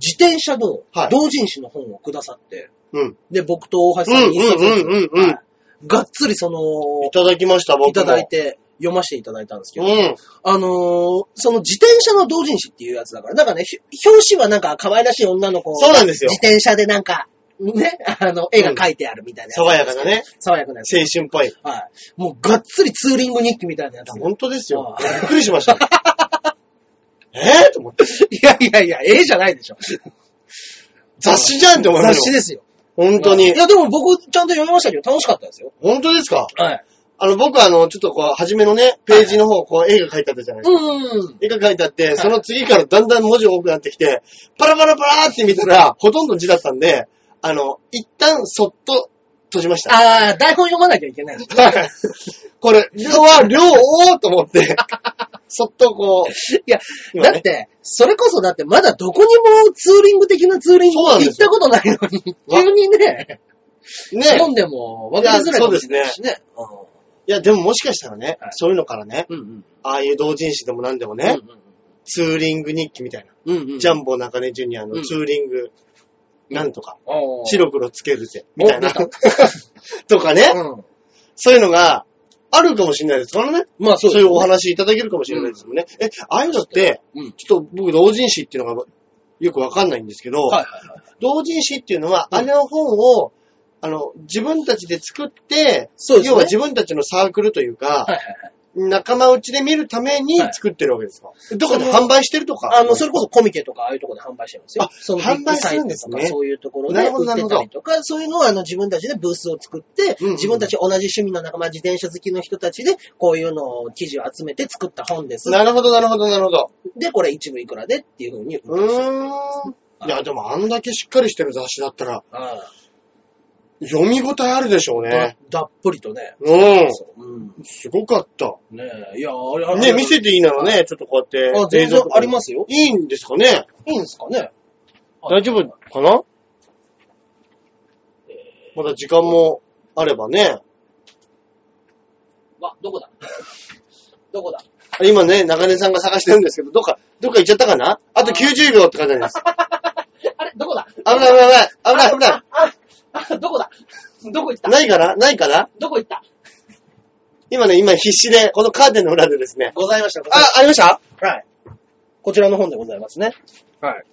B: 自転車の
A: はい
B: 同人誌の本をくださって、
A: うん。
B: で、僕と大橋
A: うん
B: さんに一冊ずつ、
A: うんうんうんうん。
B: はいがっつりそ
A: い
B: の、
A: ただきました、僕も。
B: いただいて、読ませていただいたんですけ
A: う
B: ど、
A: ん。
B: あのーその自転車の同人誌っていうやつだから、だからね、ひ表紙はなんか可愛らしい女の子が
A: そうなんですよ
B: 自転車でなんか、ね、あの、絵が描いてあるみたいな、
A: 爽やかな。ね。
B: 爽やかなやつ。
A: 青春っぽい。
B: はい。もうがっつりツーリング日記みたいなやつ。
A: 本当ですよ。
B: あ
A: びっくりし ました。えぇと思って。
B: いやいやいや、絵じゃないでしょ。
A: 雑誌じゃんって思いま
B: 雑
A: し
B: 誌
A: たよ。
B: ですよ。
A: 本当に
B: い。や、でも僕、ちゃんと読みましたけど、楽しかったですよ。
A: 本当ですか
B: はい。
A: あの、僕はあの、ちょっとこう、初めのね、ページの方、こう、絵が描いてあったじゃないですか。
B: うん。
A: 絵が描いてあっ
B: い
A: て、その次からだんだん文字が多くなってきて、パラパラパラーって見たら、ほとんど字だったんで、あの、一旦そっと閉じました。
B: あー、台本読まなきゃいけ ないの。
A: はい これ、量は量をと思 って、そっとこう、
B: いや、
A: 今ね
B: だって、それこそだってまだどこにもツーリング的なツーリング
A: そうなんで
B: 行っ
A: すよ
B: たことないの に、急にね、
A: ね。
B: 本でも分かりづらいかもしれないしね。
A: いや、でももしかしたらね、
B: はい
A: そういうのからね、
B: うんうん。
A: ああいう同人誌でも何でもね、ツーリング日記みたいな。
B: うんうん。
A: ジャンボ中根ジュニア
B: う
A: の
B: ん
A: ツーリング、なんとか、
B: おー、
A: 白黒つけるぜ、みたいな
B: お出。
A: とかね、
B: うん。
A: そういうのがあるかもしれないですからね。
B: まあそ
A: そうう
B: ですね
A: いうお話いただけるかもしれないですもんね。え、ああいうのって、
B: うん。
A: ちょっと僕同人誌っていうのがよくわかんないんですけど、
B: はいはいはい。
A: 同人誌っていうのは、
B: うん
A: あれの本を、あの、自分たちで作って、
B: そうですね
A: 要は自分たちのサークルというか、
B: はいはいはい。
A: 仲間内で見るために
B: はい
A: 作ってるわけですか、どこで
B: その
A: 販売してるとか
B: あの、それこそコミケとか、ああいうところで販売してますよ
A: あ。
B: その
A: 販売するんですね
B: ビッグサイトとかそういうところで
A: な
B: 売
A: るほどな
B: っ
A: る
B: て
A: ほ
B: た
A: ど
B: りとか、そういうのをあの自分たちでブースを作って、
A: うんうん
B: 自分たち同じ趣味の仲間、自転車好きの人たちで、こういうのを記事を集めて作った本です。
A: なるほど、なるほど、なるほど。
B: で、これ一部いくらでっていうふうに。
A: うーん。いや、でもあんだけしっかりしてる雑誌だったら、
B: あ
A: 読み応えあるでしょう
B: あ
A: ね。
B: だだっぷりとね。
A: うん。
B: そううん。
A: すごかった。
B: ねえ、いや、あれ、あれ。
A: ね、見せていいならね、ちょっとこうや
B: あ
A: っ、て。。
B: 全然ありますすよ。
A: いいんですかね
B: いいんですかね。
A: 大丈夫かなまだ時間もあればね。
B: わ、どこだどこだ
A: 今ね、中根さんが探してるんですけど、どっか、どっか行っちゃったかなあと90秒って感じなんです。
B: あれ、どこだ
A: 危ない危ない危ない危ない危ない
B: あ、どこだどこ行った
A: ないかなないかな
B: どこ行った
A: 今ね、今必死で、このカーテンの裏でですね。
B: ございました。
A: あ、ありました
B: はい。こちらの本でございますね。はい。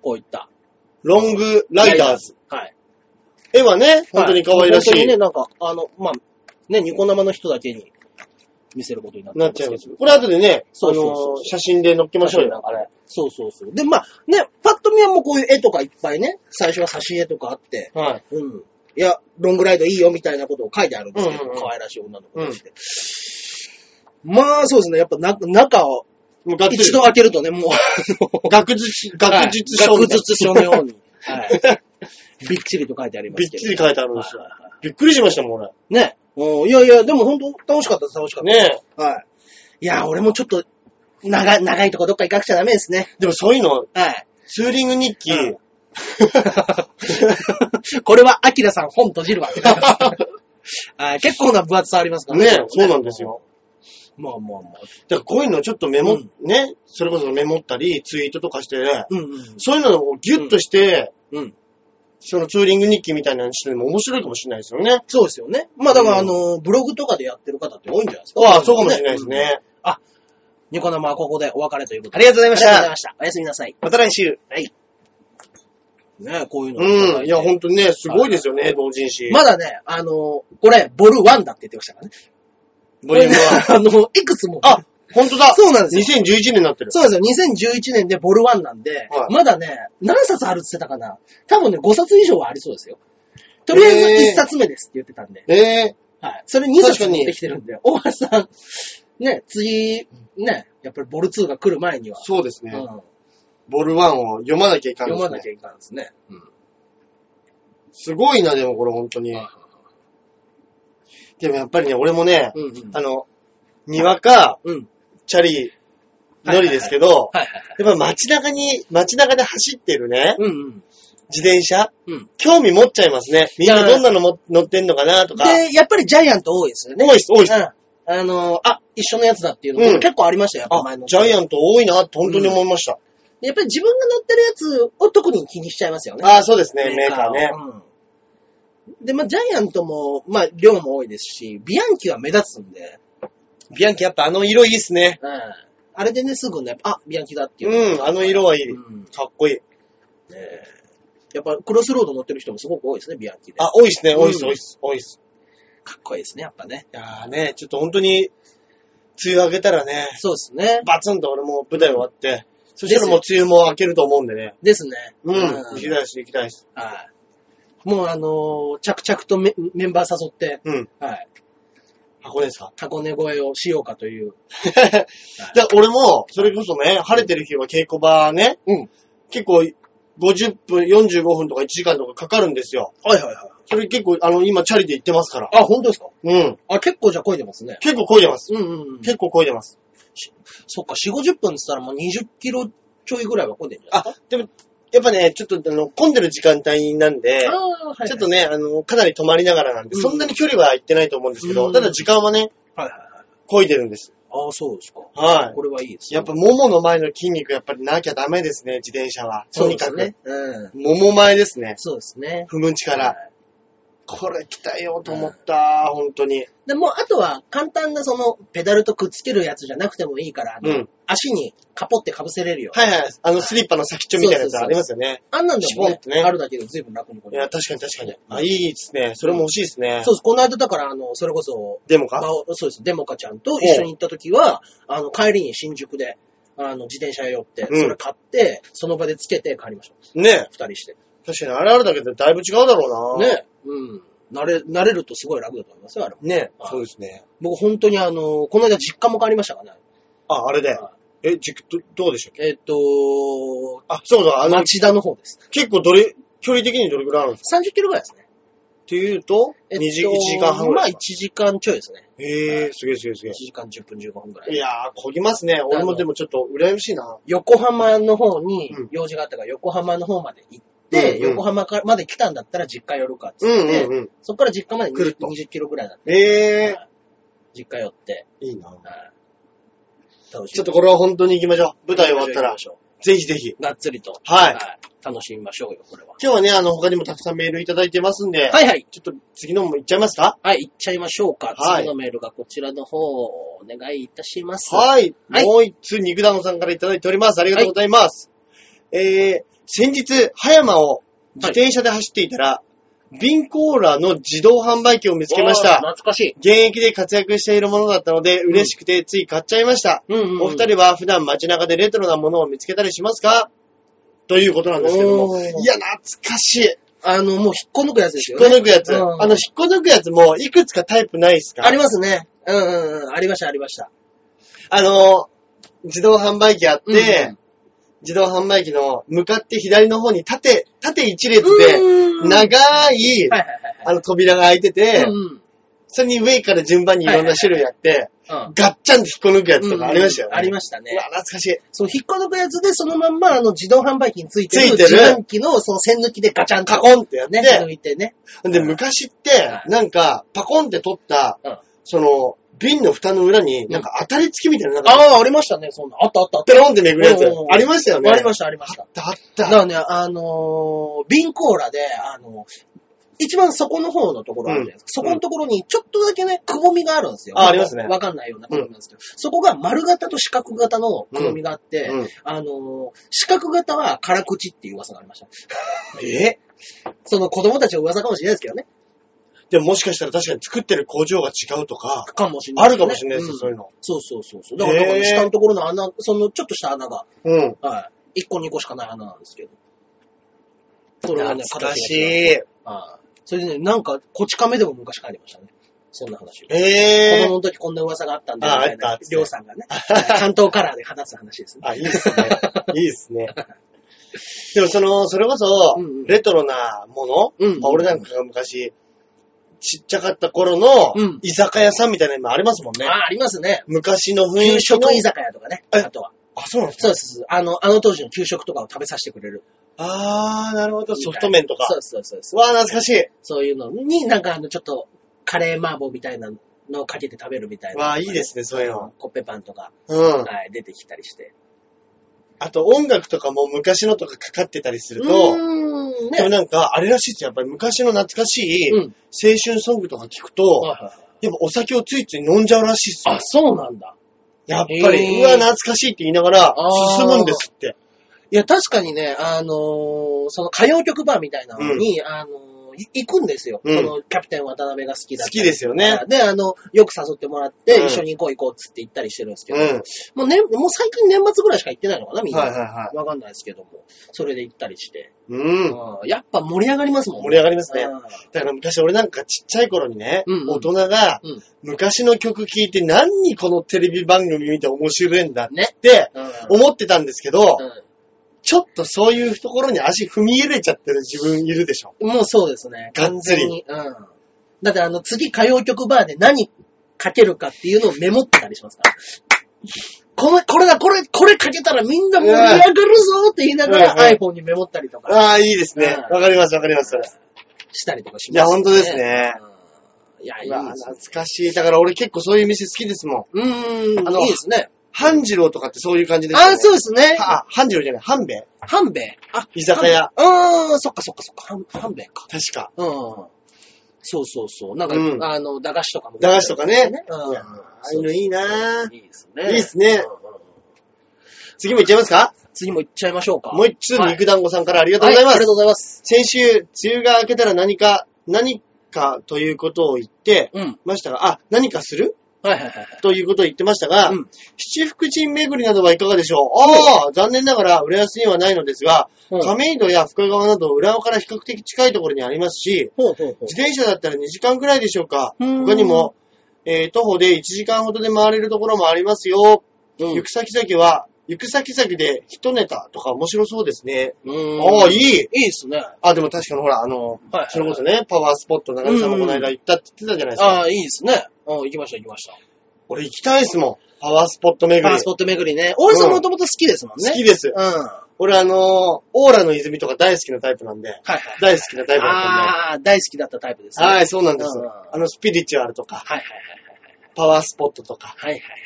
B: こういった。
A: ロングライダーズ。。
B: はい。
A: 絵はね、本当に可愛らし
B: 本当に
A: い。
B: ね、なんか、あの、まあ、ね、ニコ生の人だけに見せることになって
A: な
B: ま
A: っちゃいます
B: け
A: す
B: ど。。
A: これ後でね、
B: そう
A: あ
B: そうそう
A: の、写真で載っけましょうよ。
B: あれ。そうそうそう。で、まあ、ね、パッと見はもうこういう絵とかいっぱいね、最初は挿絵とかあって、
A: はい。
B: うん。いや、ロングライドいいよみたいなことを書いてあるんですけど、
A: うんうんうん
B: 可愛らしい女の子として。まあ、そうですね。やっぱな、中を
A: もうガッツ
B: 一
A: リ
B: 度。開けるとね、もう、あの
A: 学術、学術書
B: はい
A: みたい
B: 学術書のように。はい。びっちりと書いてありま
A: びっ
B: すけど。
A: ちり書いてあるん
B: は
A: です
B: い
A: よ。
B: はいはい
A: びっくりしましたもん、俺。
B: ね。うんいやいや、でも本当楽しかったです、楽しかったで
A: ねえ。
B: す。はい。いや、俺もちょっと、長い、長いとこどっか行かなくちゃダメですね。
A: でもそういうの、
B: はい。
A: ツーリング日記、
B: うんこれは、アキラさん本閉じ るわ。はい、結構な分厚さありますから
A: ねえ、そうなんですよ。。
B: まあまあまあ。
A: だからこういうのちょっとメモ、
B: うん
A: ね、それこそメモったり、ツイートとかして、
B: うんうん。
A: そういうのをギュッとして、
B: うん。
A: そのツーリング日記みたいなのにしても面白いかもしれないですよね。
B: そうですよね。まあだから、あの、ブログとかでやってる方って多いんじゃないですか。
A: ああ、そうかもしれないです
B: うん。
A: ね。
B: ニコ生はここでお別れということで。
A: ありがとうございました
B: ありがとうございました。おやすみなさい。
A: また来週。はい。
B: ねこういうの
A: うん。いや、ほ
B: ん
A: んとにね、すごいですよね、同人誌。
B: まだね、あの、これ、ボル1だって言ってましたからね。
A: ボリュームは。
B: これ ねあの、いくつも。
A: あ、ほんとだ
B: そうなんですよ。
A: 2011年になってる。
B: そうなんですよ。2011年でボル1なんで、
A: はい
B: まだね、何冊あるって言ってたかな。多分ね、5冊以上はありそうですよ。とりあえず1冊目ですって言ってたんで。
A: ええ
B: はい。それ2冊
A: 確かに
B: 持ってきてるんで、大橋さん、ね、次、ね、やっぱりボル2が来る前には、
A: そうですね。
B: うん
A: ボル1を読まなきゃいかんで
B: 読
A: す、
B: ま
A: ね。
B: なきゃいかんですね。うん
A: すごいな、でもこれ本当に。でもやっぱりね、俺もね、
B: うんうん
A: あの、にわか、
B: うん。
A: チャリ、乗りですけど、
B: はいはいはい。
A: やっぱ街中に、街中で走ってるね、
B: うんうん。
A: 自転車、
B: うん
A: 興味持っちゃいますね。み
B: い
A: ん
B: や
A: などんなのも乗ってんのかなとか。
B: で、やっぱりジャイアント多いですよね。
A: 多いです、多いです。
B: うん。あのー、あ、一緒のやつだっていうの、
A: うん
B: 結構ありましたよ、やっぱ
A: あ
B: 前、の。
A: ジャイアント多いなって本当に思いました。
B: やっぱり自分が乗ってるやつを特に気にしちゃいますよね。
A: ああ、そうですね、メーカーね。
B: うんで、まあ、ジャイアントも、まあ、量も多いですし、ビアンキは目立つんで、
A: ビアンキやっぱあの色いいっすね。
B: うんあれでね、すぐね、あ、ビアンキだっていう。
A: うん、あの色はいい。
B: うん
A: かっこいい。
B: ねやっぱ、クロスロード乗ってる人もすごく多いですね、ビアンキで。
A: あ、多いっすね、多いっす、
B: うん
A: 多いっす、多いっす。
B: かっこいいですね、やっぱね。
A: いやーね、ちょっと本当に、梅雨明けたらね、
B: そうですね。
A: バツンと俺も舞台終わって、そしたらもう梅雨も明けると思うんでね。
B: ですね。
A: うん、行き
B: は
A: たいです、行きたいです。
B: い。もう、あのー着々とメメンバー誘って、
A: うん、
B: はい。
A: 箱根です か。
B: 箱根越えをしようかという。
A: で、俺も、それこそね、晴れてる日は稽古場ね、
B: うん。
A: 結構、50分、45分とか1時間とかかかるんですよ。
B: はいはいはい。
A: それ結構、あの、今、チャリで行ってますから。
B: あ、本当ですか
A: うん。
B: あ、結構じゃあ漕いでますね。
A: 結構漕いでます。
B: うんうんうん。
A: 結構漕いでます。
B: そっか、4、50分って言ったらもう20キロちょいぐらいは混んでるんじゃない
A: あ、でも、やっぱね、ちょっと、あの、混んでる時間帯なんで、
B: ああ、はい、はい。
A: ちょっとね、あの、かなり止まりながらなんで、
B: うん
A: そんなに距離は行ってないと思うんですけど、
B: うん
A: ただ時間はね、
B: はいはいはい。
A: 漕いでるんです。
B: ああ、そうですか。
A: は
B: これはいいです
A: い。
B: ね。
A: やっぱ、ももの前の筋肉、やっぱりなきゃダメですね、自転車は。
B: そ
A: と
B: う
A: に
B: です
A: かく。
B: ね。うん。
A: もも前ですね。
B: そうですね。
A: 踏む
B: は
A: 力。
B: い
A: これ来たよと思った、本当に。
B: でもう、あとは、簡単なその、ペダルとくっつけるやつじゃなくてもいいから、あの
A: うん
B: 足にカポってかぶせれるよ。
A: はいはい。あの、スリッパの先っちょみたいなやつありますよね。
B: あんなんでも
A: シュポン
B: ね、
A: ってね
B: あるだけで随分楽にこ
A: い
B: れ
A: や、確かに確かに。あ、いいですね。それも欲しいですね。
B: そうです。この間、だから、あの、それこそ、
A: でも
B: ま
A: か
B: おそうです。デモカちゃんと一緒に行った時は、あの、帰りに新宿で、あの、自転車寄って、そ
A: うん
B: れ買って、その場でつけて帰りました。
A: ね
B: 二人して。
A: 確かに、あれあるだけでだいぶ違うだろうな。
B: ね。うん。慣れ、慣れるとすごい楽だと思いますよ、あれも。
A: ね
B: はい
A: そうですね。
B: 僕、本当にあの、この間実家も帰りましたからね。
A: あ、あれで。え、じ、ど、どうでしたっけ
B: えっ、と、
A: あ、そうだ、あの、
B: 町田の方です。
A: 結構どれ、距離的にどれくらいあるんですか
B: 30キロぐらいですね。
A: っていうと、
B: えっと
A: 2時、1時間半ぐらい
B: まあ、1
A: です
B: 時間ちょいですね。
A: か。へえ、すげえすげえすげ
B: 1時間10分15分ぐら
A: え。い
B: い。
A: やー、こぎますね。俺もでもちょっと羨ましいな。
B: 横浜の方に
A: うん
B: 用事があったから、横浜の方まで行って、
A: うんうん
B: 横浜からまで来たんだったら実家寄るかっつ
A: う
B: っ
A: ん
B: て、
A: うんうん。
B: そこから実家まで
A: 来ると
B: 20キロぐらいだった。
A: ええ、
B: 実家寄って、
A: いいな。
B: はい楽しみ
A: ちょっとこれは本当に行きましょう。舞台終わったら
B: 行きま、しょう行きま
A: ぜひぜひ
B: しょ。うがっつりと、
A: はい
B: 楽しみましょうよ、これは。
A: 今日はね、あの、他にもたくさんメールいただいてますんで、
B: はいはい。
A: ちょっと次のも行っちゃいますか
B: はい、行っちゃいましょうか。
A: はい
B: 次のメールがこちらの方、お願いいたします。
A: はい。
B: はい
A: もう一つ、肉団子さんからいただいております。ありがとうございます。えー、先日、葉山を自転車で走っていたら、ビンコーラの自動販売機を見つけまし
B: おー
A: た。
B: 懐かしい。
A: 現役で活躍しているものだったので、嬉しくてつい買っちゃいました。
B: うんうんうん
A: お二人は普段街中でレトロなものを見つけたりしますかということなんですけども。
B: おー
A: いや、懐かしい。
B: あの、もう引っこ抜くやつです
A: 引
B: よ
A: っこ
B: ね。
A: 抜くやつ。
B: うん
A: あの、引っこ抜くやつも、いくつかタイプないですか
B: ありますね。うんうんうん。ありました、ありました。
A: あの、自動販売機あって、
B: うんうん
A: 自動販売機の向かって左の方に縦、縦一列で、
B: うんはい
A: 長い、
B: はいはい
A: あの扉が開いて
B: はい。
A: て、
B: うんうん
A: それに上から順番にいろんな種類あって、
B: うん
A: ガッチャンって引っこ抜くやつとかありましたよね。
B: ありましたね
A: うわ、。懐かしい。
B: そう、引っこ抜くやつで、そのまんま、あの、自動販売機について
A: つ
B: る
A: いてる
B: 自販機の、その線抜きでガチャンと
A: カコンってやって、
B: ね、抜いてね。
A: で、昔って
B: は、い
A: なんか、パコンって取った、
B: うん
A: その、瓶の蓋の裏に、なんか当たり付きみたいな、なんか、
B: ああ、ありましたね、そんな。あったあったあっ
A: ペロンってめくるやつ
B: おうおう。
A: ありましたよね。
B: た。ありま
A: し
B: した、ありました。
A: た。あっ
B: だ
A: た
B: か。らね、あのー、瓶コーラで、あの、一番そこの方のところあるじゃないですか。
A: うん
B: そこのところにちょっとだけね、くぼみがあるんですよ。
A: あありますね
B: わかんないようなくぼみなんですけど、そこが丸型と四角型のくぼみがあって、
A: うん
B: あのー四角型は辛口っていう噂がありました。
A: え
B: その子供たちの噂かもしれないですけどね。
A: でももしかしたら確かに作ってる工場が違うとか、
B: かもしれない、
A: あるかもしれないですよ、
B: うん
A: そういうの。
B: そうそうそうそう。だから、だか
A: へー
B: ら下のところの穴、そのちょっとした穴が、
A: うん。
B: はい。1個2個しかない穴なんですけど。それが
A: 懐
B: ね、
A: かし
B: 形が違う。
A: い。
B: はい。それでね、なんか、こち亀でも昔書いてましたね。そんな話。子
A: え
B: 供
A: ー。
B: の時こんな噂があったんだ
A: あ
B: みたい
A: あった
B: な
A: っつっ、て
B: りょうさんがね、関東カラーで話す話ですね。
A: あ、いいっす ね。いいっすね。でもその、それこそ
B: うんうん、
A: レトロなもの、
B: うんうん
A: まあ俺なんかが昔、ちっちゃかった頃の
B: うん
A: 居酒屋さんみたいなの今ありますもんね。
B: ああ、ありますね。
A: 昔の雰囲
B: 給
A: 気の
B: 食。居酒屋とかね。
A: え
B: あとは。
A: あ、そうなんですか
B: そうです。あの、あの当時の給食とかを食べさせてくれる。
A: あー、なるほど。ソフト麺とか
B: そ。うですそうですそうです。
A: わー、懐かしい。
B: そういうのに、なんかあの、ちょっと、カレー麻婆みたいなのをかけて食べるみたいな。
A: わー、いいですね、そういうの。
B: コッペパンとか、
A: うん。
B: はい、出てきたりして。
A: あと音楽とかも昔のとかかかってたりすると、
B: うーん、
A: で
B: ね。
A: もなんか、あれらしいですよ。やっぱり昔の懐かしい
B: うん
A: 青春ソングとか聞くと、
B: はいはいはい
A: やっぱお酒をついつい飲んじゃうらしいっすよ
B: あ、。そうなんだ。
A: やっぱり、
B: へー
A: うわ、懐かしいって言いながら
B: あー
A: 進むんですって。
B: いや、確かにね、あのーその歌謡曲バーみたいなのに、あのーい行くんですよ。
A: うん
B: そのキャプテン渡辺が好きだっ
A: 好
B: たり
A: きですよね。
B: で、あの、よく誘ってもらって、
A: うん
B: 一緒に行こう行こうっつって行ったりしてるんですけ
A: う
B: ど、
A: ん。はい
B: もうね、もう最近年末ぐらいしか行ってないのかな、みんな。
A: はいはい。
B: わかんないですけども。それで行ったりして。
A: うん。
B: うんやっぱ盛り上がりますもん
A: 盛り上がります
B: り
A: ね。だから昔俺なんかちっちゃい頃にね、
B: うんうん
A: 大人が
B: うん
A: 昔の曲聴いて何にこのテレビ番組見て面白いんだ
B: ね。
A: って
B: うん。
A: 思ってたんですけど、
B: う
A: ちょっとそういうところに足踏み入れちゃってる自分いるでしょ。
B: んもうそうですね。
A: がっつり
B: 完全にうん。だってあの、次歌謡曲バーで何かけるかっていうのをメモってたりしますから。この、これだ、これ、これかけたらみんな盛り上がるぞって言いながら
A: うんうん
B: iPhone にメモったりとか
A: ああ、いいですね。
B: うん
A: わかりますわかります。
B: したりとかし
A: い
B: ま
A: や、
B: す、
A: 本当です。ね。
B: うんいや、いいうで
A: わー
B: す
A: 懐
B: ね。
A: かしい。だから俺結構そういう店好きですもん。
B: うーん、
A: あの
B: いいですね。
A: 半次郎とかってそういう感じですよね。
B: あ、そうですね。
A: あ、半次郎じゃない、半兵衛
B: 半兵衛。あ、
A: 居酒屋。
B: うーん、そっかそっかそっか、半半兵衛か。
A: 確か。
B: うん。そうそうそう。なんか、
A: うん
B: あの、駄菓子とかも。
A: 駄菓子とかね。
B: うん。
A: いやーああいうのいいなぁ
B: いいですね。
A: いいですね
B: うんうんうん
A: 次も行っちゃいますか
B: 次も行っちゃいましょうか。
A: もう一通
B: はい
A: 肉団子さんからありがとうございま
B: はあ
A: す。
B: りがとうございます。
A: 先週、梅雨が明けたら何か、何かということを言って
B: うん。
A: ましたが、あ、何かする
B: はいはいはいはい。
A: ということを言ってましたが、
B: うん
A: 七福神巡りなどはいかがでしょうああ、残念ながら浦安にはないのですが、
B: うん
A: 亀戸や深川など浦和から比較的近いところにありますし、
B: ほうほうほう。
A: 自転車だったら2時間くらいでしょうか。
B: うん
A: 他にも、えー徒歩で1時間ほどで回れるところもありますよ。
B: うん
A: 行く先々は、行く先々で一ネタとか面白そうですね。
B: うん
A: ああ、いい。
B: いいですね。は
A: あ、でも確かにほら、あの、
B: いはい。
A: それこそね、パワースポット、中根さんもこの間行ったって言ってたじゃないですか。
B: ああ、いいですね。うん、行きました行きました。
A: 俺行きたいですもん。パワースポット巡り。
B: パースポット巡りね。俺さ、
A: うん
B: もともと好きですもんね。
A: 好きです。
B: うん。は
A: 俺あのー、オーラの泉とか大好きなタイプなんで、
B: いはい。
A: 大好きなタイプだっ
B: ああ、大好きだったタイプです
A: たん
B: ね。。
A: で。はいい、そうなんです
B: うん。
A: あの、スピリチュアルとか、
B: はいはい
A: パワースポットとか、
B: はい。はいはいはい。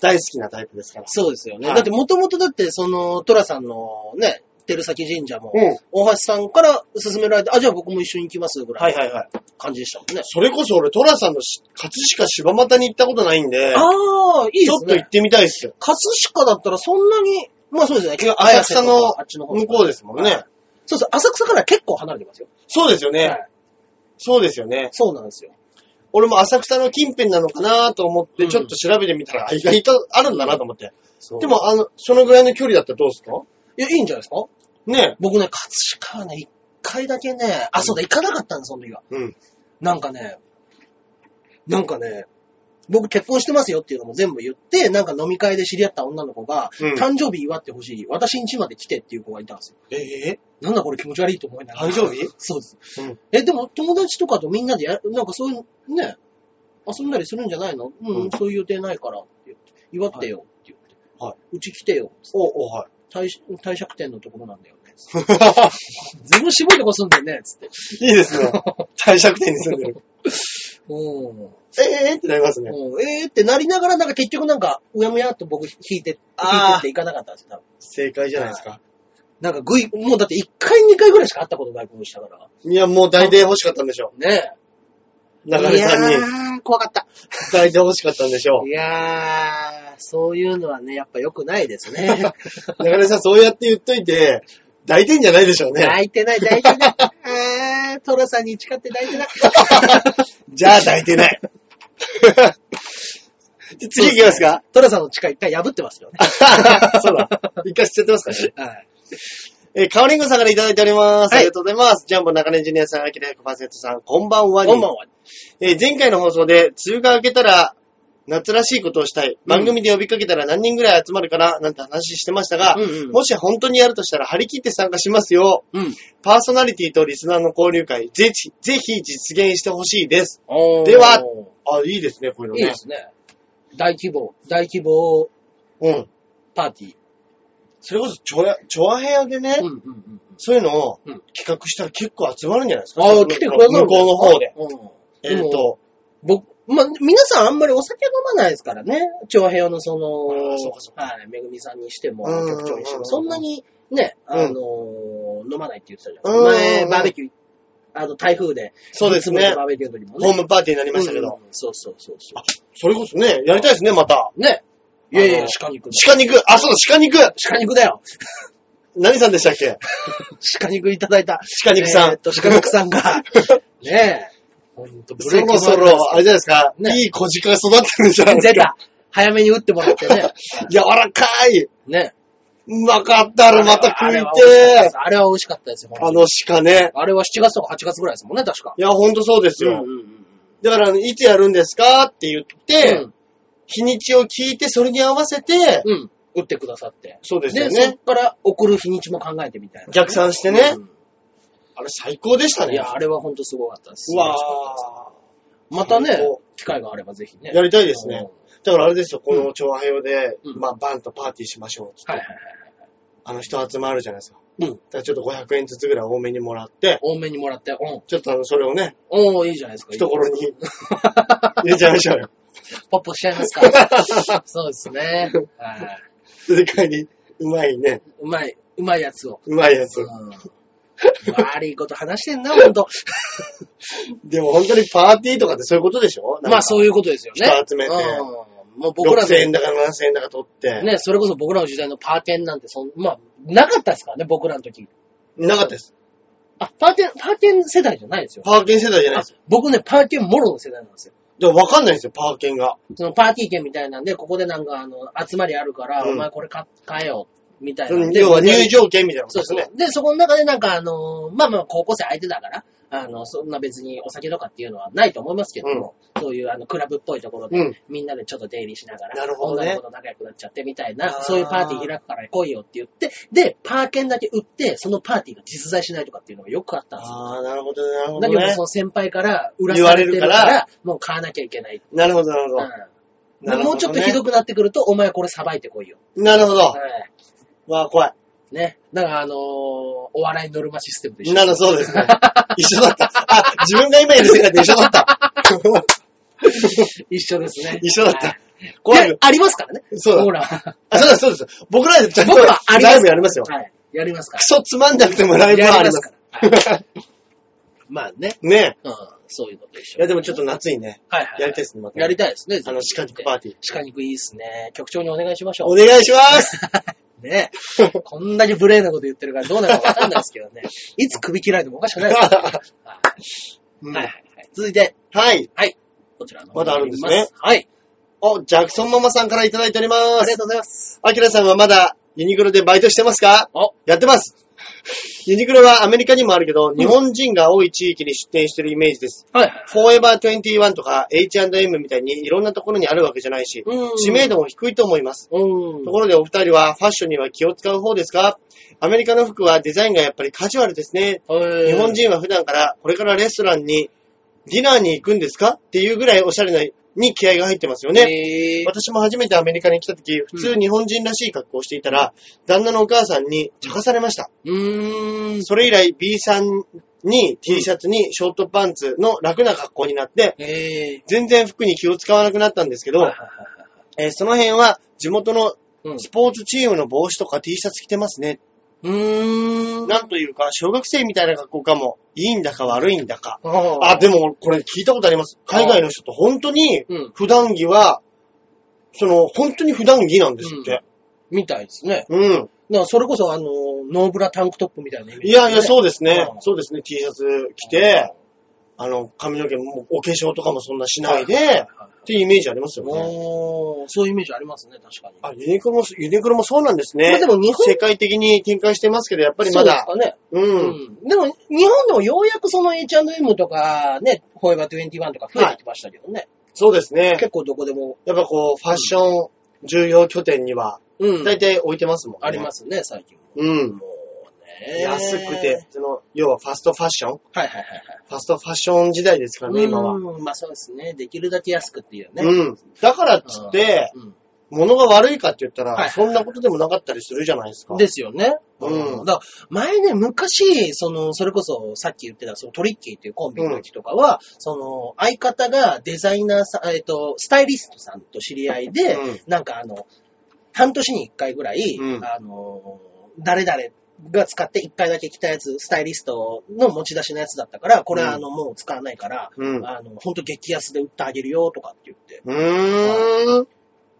A: 大好きなタイプですから。
B: そうですよね。
A: はい
B: だってもともとだって、その、トラさんのね、照崎神社も、
A: うん
B: 大橋さんから勧められて、あ、じゃあ僕も一緒に行きますぐら
A: はいいはいはい。
B: の感じでしたもんね。
A: それこそ俺、トラさんのし葛飾柴又に行ったことないんで、
B: ああ、いいで
A: ちょっ
B: す
A: と行
B: ね
A: っ。てみたいっすよ。
B: 葛飾だったらそんなに、まあそうですね。結構
A: 浅草
B: と
A: の
B: かあっちの方
A: 向こうですもんね。
B: そうそう、浅草から結構離れてますよ。
A: そうですよ
B: は
A: ね。
B: い
A: そうですよね。
B: そうなんですよ。
A: 俺も浅草の近辺なのかなと思っ
B: う
A: て、
B: ん
A: ちょっと調べてみたら、あ意外とあるんだなと思って。で
B: でも、
A: も、あの、そのぐらいの距離だったらどうすか
B: いや、いいんじゃないですか
A: ね
B: 僕ね、葛飾はね、一回だけね、あ、そうだ、行かなかったんです、その時は。
A: うん。
B: なんかね、なんかね、僕結婚してますよっていうのも全部言って、なんか飲み会で知り合った女の子が、
A: うん
B: 誕生日祝ってほしい、私ん家まで来てっていう子がいたんですよ。
A: ええ
B: なんだこれ気持ち悪いと思いながら。
A: 誕生日
B: そうです。
A: うん
B: え、でも友達とかとみんなでや、なんかそういう、ね、遊んだりするんじゃないのうん、
A: うん
B: そういう予定ないからって言って、祝ってよって言って、
A: はいう
B: ち来てよって
A: お、お、はい。
B: 帝帝釈天のところなんだよ ね。ずぶ絞いとこ住んでんね、つって。
A: いいですね。 帝釈天に住んでる。
B: うん。
A: ええええってなりますね。
B: うん、ええー、ってなりながら、なんか結局なんか、うやむやっと僕引いて、引いて
A: あー
B: っていかなかったんですよ、多分。
A: 正解じゃないですか。
B: なんかぐい、もうだって1回2回ぐらいしか会ったことないことしたから。
A: いや、もう大体欲しかったんでしょ
B: ね
A: う。中根さん
B: い
A: に。
B: やー、怖かった。
A: 大体欲しかったんでしょ
B: いやー、そういうのはね、やっぱ良くないです ね。
A: う。中根さん、そうやって言っといて、抱いてんじゃないでしょうね。
B: 抱いてない、抱いてない。えー、トラさんに誓って抱いて ない。
A: じゃあ抱い てない。で次行きますか
B: トラさんの誓い一回破ってますよね。
A: そうだ。一回知っちゃってますからね。
B: はい。
A: えー、カオリングさんからいただいております。
B: はい
A: ありがとうございます。ジャンボ中根ジュニアさん、アキラ100%さん、こんばんはに。
B: こんばんは。
A: えー前回の放送で、梅雨が明けたら、夏らしいことをしたい。番組で呼びかけたら何人ぐらい集まるかな、なんて話してましたが、
B: うんうん
A: もし本当にやるとしたら張り切って参加しますよ。
B: うん。
A: パーソナリティとリスナーの交流会、ぜひ、ぜひ実現してほしいです。
B: で
A: で
B: は
A: は、あ、いいですね、こういうの
B: いい
A: ね
B: で。すね。大規模、大規模
A: うん。
B: パーティー。
A: それこそ、チョア、チョアヘアでね、
B: うんうんうん。
A: そういうのを
B: うん
A: 企画したら結構集まるんじゃないですか。
B: あ
A: そ
B: あ、
A: の
B: 来てくださる
A: 向こうの方で。。
B: うん。
A: えっと、
B: 僕、まあ、皆さんあんまりお酒飲まないですからね。長平のその、
A: あーそうかそ
B: はい、めぐみさんにしても、
A: うんうんうんうん
B: 局長にしても、そんなにね、あのー飲まないって言ってたじゃん。
A: うんうん
B: 前、バーベキュー、あの、台風で、
A: そうで
B: い
A: す
B: つも
A: ね
B: の。バーベキューの時もね。
A: ホームパーティーになりましたけど。
B: うんうんそうそうそうそ
A: それこそね、やりたいですね、また。
B: う。ね。いやい
A: あ
B: や
A: の、
B: 鹿肉。
A: 鹿肉あ、そうだ、鹿肉
B: 鹿肉だよ。
A: 何さんでしたっ け
B: 鹿肉いただいた。
A: 鹿肉さん
B: えーっと、鹿肉さん が、ねえ。ほんと、ブ
A: そ
B: レーキ
A: ろそ
B: 回らないです
A: ろ、あれじゃないですか、
B: ね
A: いい小鹿が育ってるんじゃないです
B: 出
A: か。
B: た。早めに打ってもらってね。
A: 柔らかい。
B: ね。
A: うまかったらまた食いてえ
B: あれは美味しかったですよ。
A: あの鹿ね。
B: あれは7月とか8月ぐらいですもんね、確か。
A: いや、ほんとそうですよ。だから、いつやるんですかって言って、
B: うん
A: 日にちを聞いて、それに合わせて、
B: うん。打ってくださって。
A: そうですよ
B: そ
A: ね
B: っ。から送る日にちも考えてみたいな。
A: 逆算してね
B: うん
A: あれ最高でしたね。
B: いや、あれは本当すごかったです。
A: うわ
B: 素晴らしかったですまた
A: 最
B: ね
A: 高、
B: 機会があればぜひね。
A: やりたいです
B: う
A: ね
B: ん。
A: だからあれですよ、この調和用で、
B: うん
A: まあ、バンとパーティーしましょうっつって。
B: はいはいはい。
A: あの人集まるじゃないですか。
B: うん
A: だからちょっと500円ずつぐらい多めにもらって、
B: 多めにもらって、うん。
A: ちょっとあの、それをね、
B: おー、いいじゃないですか。
A: 懐に入れちゃいま しょうよ。
B: ポッポしちゃいますか。 そうですね。はい。
A: それからに、うまいね、
B: うまい、うまいやつを。
A: うまいやつ
B: う。ん。悪いこと話してんな、ほんと。
A: でも本当にパーティーとかってそういうことでしょ
B: まあそう
A: いう。
B: いうことですよね。
A: 人集めて
B: うんもう僕らの
A: 6000円だか7000円だか取って。
B: ね、それこそ僕らの時代のパーテンなんてそん、まあ、なかったですからね、僕らの時。
A: なかったです。
B: あ、パーテン、パーテン世代じゃないですよ。
A: パーケン世代じゃない
B: あ
A: です。
B: 僕ね、パーテンもろの世代なんですよ。
A: でもわかんないんですよ、パーケンが。
B: そのパーティー券みたいなんで、ここでなんかあの、集まりあるから、
A: うん
B: お前これ買買えよ、みたいな
A: うんん
B: で。
A: 要は入場券みたいなこと
B: そう
A: です
B: そう
A: ね。。
B: で、そこの中でなんかあの、まあまあ高校生相手だから、あの、そんな別にお酒とかっていうのはないと思いますけども、そういうあの、クラブっぽいところで、
A: うん
B: みんなでちょっと出入りしながら、
A: なるほどね
B: 女の子と仲良くなっちゃってみたいな
A: あ、ー
B: そういうパーティー開くから来いよって言って、で、パー券だけ売って、そのパーティーが実在しないとかっていうのがよくあったんですよ。
A: ああ、なるほど、なるほ
B: だ
A: ど、
B: けど、
A: ね
B: そ。の先輩から裏されてるから、
A: 言われるか
B: もう買わなきゃいけない。
A: なるほど、なるほど。
B: うん
A: なるほどね
B: もうちょっとひどくなってくると、お前これさばいてこいよ。
A: なるほど
B: は。い
A: わあ、怖い。
B: ね。だから、あのーお笑いノルマシステムでしょ
A: なるそうで すね。一緒だった。あ、自分が今いる世界と一緒だ った。
B: 一緒ですね。
A: 一緒だった
B: はい。
A: 怖い
B: でありますからね。
A: そうだ
B: ほら。
A: あ、そうです、そうです。僕らでちゃんと
B: 僕はありま
A: ライ
B: す。
A: ブやりますよ。
B: はい。やりますか
A: クソつまんなくてもラ
B: ら。
A: イブはあり
B: やりま
A: ますす
B: か。ら。はいまあね。
A: ねえ。
B: うん。そういうことでしょ
A: いや、でもちょっと夏にね、
B: はいはいはい。
A: やりたいですねまた
B: やりたいですね。
A: あの、鹿肉パーティー。
B: 鹿肉いいですね。局長にお願いしましょ
A: お
B: う。
A: 願いします
B: ね。こんだけ無礼なこと言ってるからどうなるかわかんないですけ どね。いつ首切られてもおかしくないですからね
A: う
B: はいは
A: ん
B: いはい。続いて、
A: はい。
B: こちらの。
A: まだあるんですね。
B: はい。
A: お、ジャクソンママさんからいただいておりま
B: ありが。
A: す
B: とうございます。
A: アキラさんはまだユニクロでバイトしてますか
B: お、
A: やってます。ユニクロはアメリカにもあるけど、日本人が多い地域に出店してるイメージです。
B: はいはい。
A: フォーエバー21とか H&M みたいにいろんなところにあるわけじゃないし、
B: うん
A: 知名度も低いと思います。
B: うん
A: と。ころでお二人はファッションには気を使う方ですかアメリカの服はデザインがやっぱりカジュアルですね。
B: 日
A: 日本人は普段からこれからレストランにディナーに行くんですかっていうぐらいおしゃれなに気合が入ってますよね。
B: ね
A: 私も初めてアメリカに来た時、普通日本人らしい格好をしていたら、旦那のお母さんに茶化されました。
B: うーん。
A: それ以来 B さんに T シャツにショートパンツの楽な格好になって、
B: え
A: 全然服に気を使わなくなったんですけ
B: ー。
A: ど、えーその辺は地元の
B: うん
A: スポーツチームの帽子とか T シャツ着てますね。
B: うーん。
A: なんというか、小学生みたいな格好かも、いいんだか悪いんだか。
B: あ
A: あ、でもこれ聞いたことあります。海外の人って本当に、
B: うん。
A: 普段着は、その、本当に普段着なんですって。
B: みたいですね。
A: うん。
B: だからそれこそ、あの、ノーブラタンクトップみたいなイメージ、
A: いやいや、そうですね
B: う。ん
A: そうですね。T シャツ着て、あの、髪の毛もお化粧とかもそんなしないで、っていうイメージありますよね。
B: おーそういうイメージありますね、確かに。
A: あ、ユニクロも、ユニクロもそうなんですね。
B: まあでも日本
A: 世界的に展開してますけど、やっぱりまだ。
B: そうですかね。
A: う。
B: うんん。でも、日本でもようやくその H&M とか、ね、フォーエバー21とか増えてきましたけどね。
A: そうですね。
B: 結構どこでも、
A: やっぱこう、ファッション重要拠点には、
B: う
A: 大体置いてますもんね。。
B: ありますすね、最近も。
A: うん。
B: もうね。
A: 安くて。、その、要はファストファッション
B: はいはいはいはい。
A: ファストファッション時代ですからね、今は。
B: うんまあそうですね。できるだけ安くっていうね。
A: うん。だからっつって、
B: うん
A: 物が悪いかって言った
B: は
A: ら、
B: い
A: そんなことでもなかったりするじゃないですか。
B: ですよね。
A: うん
B: だから前ね、昔、その、それこそ、さっき言ってた、そのトリッキーっていうコンビの時とかは、その、相方がデザイナーさん、えっ、と、スタイリストさんと知り合いで、
A: うん
B: なんかあの、半年に1回ぐらい、
A: うん
B: あの、誰々、が使って1回だけ着たやつ、スタイリストの持ち出しのやつだったから、これはあの、もう使わないから、
A: うん
B: あの、ほんと激安で売ってあげるよとかって言って、
A: うーん。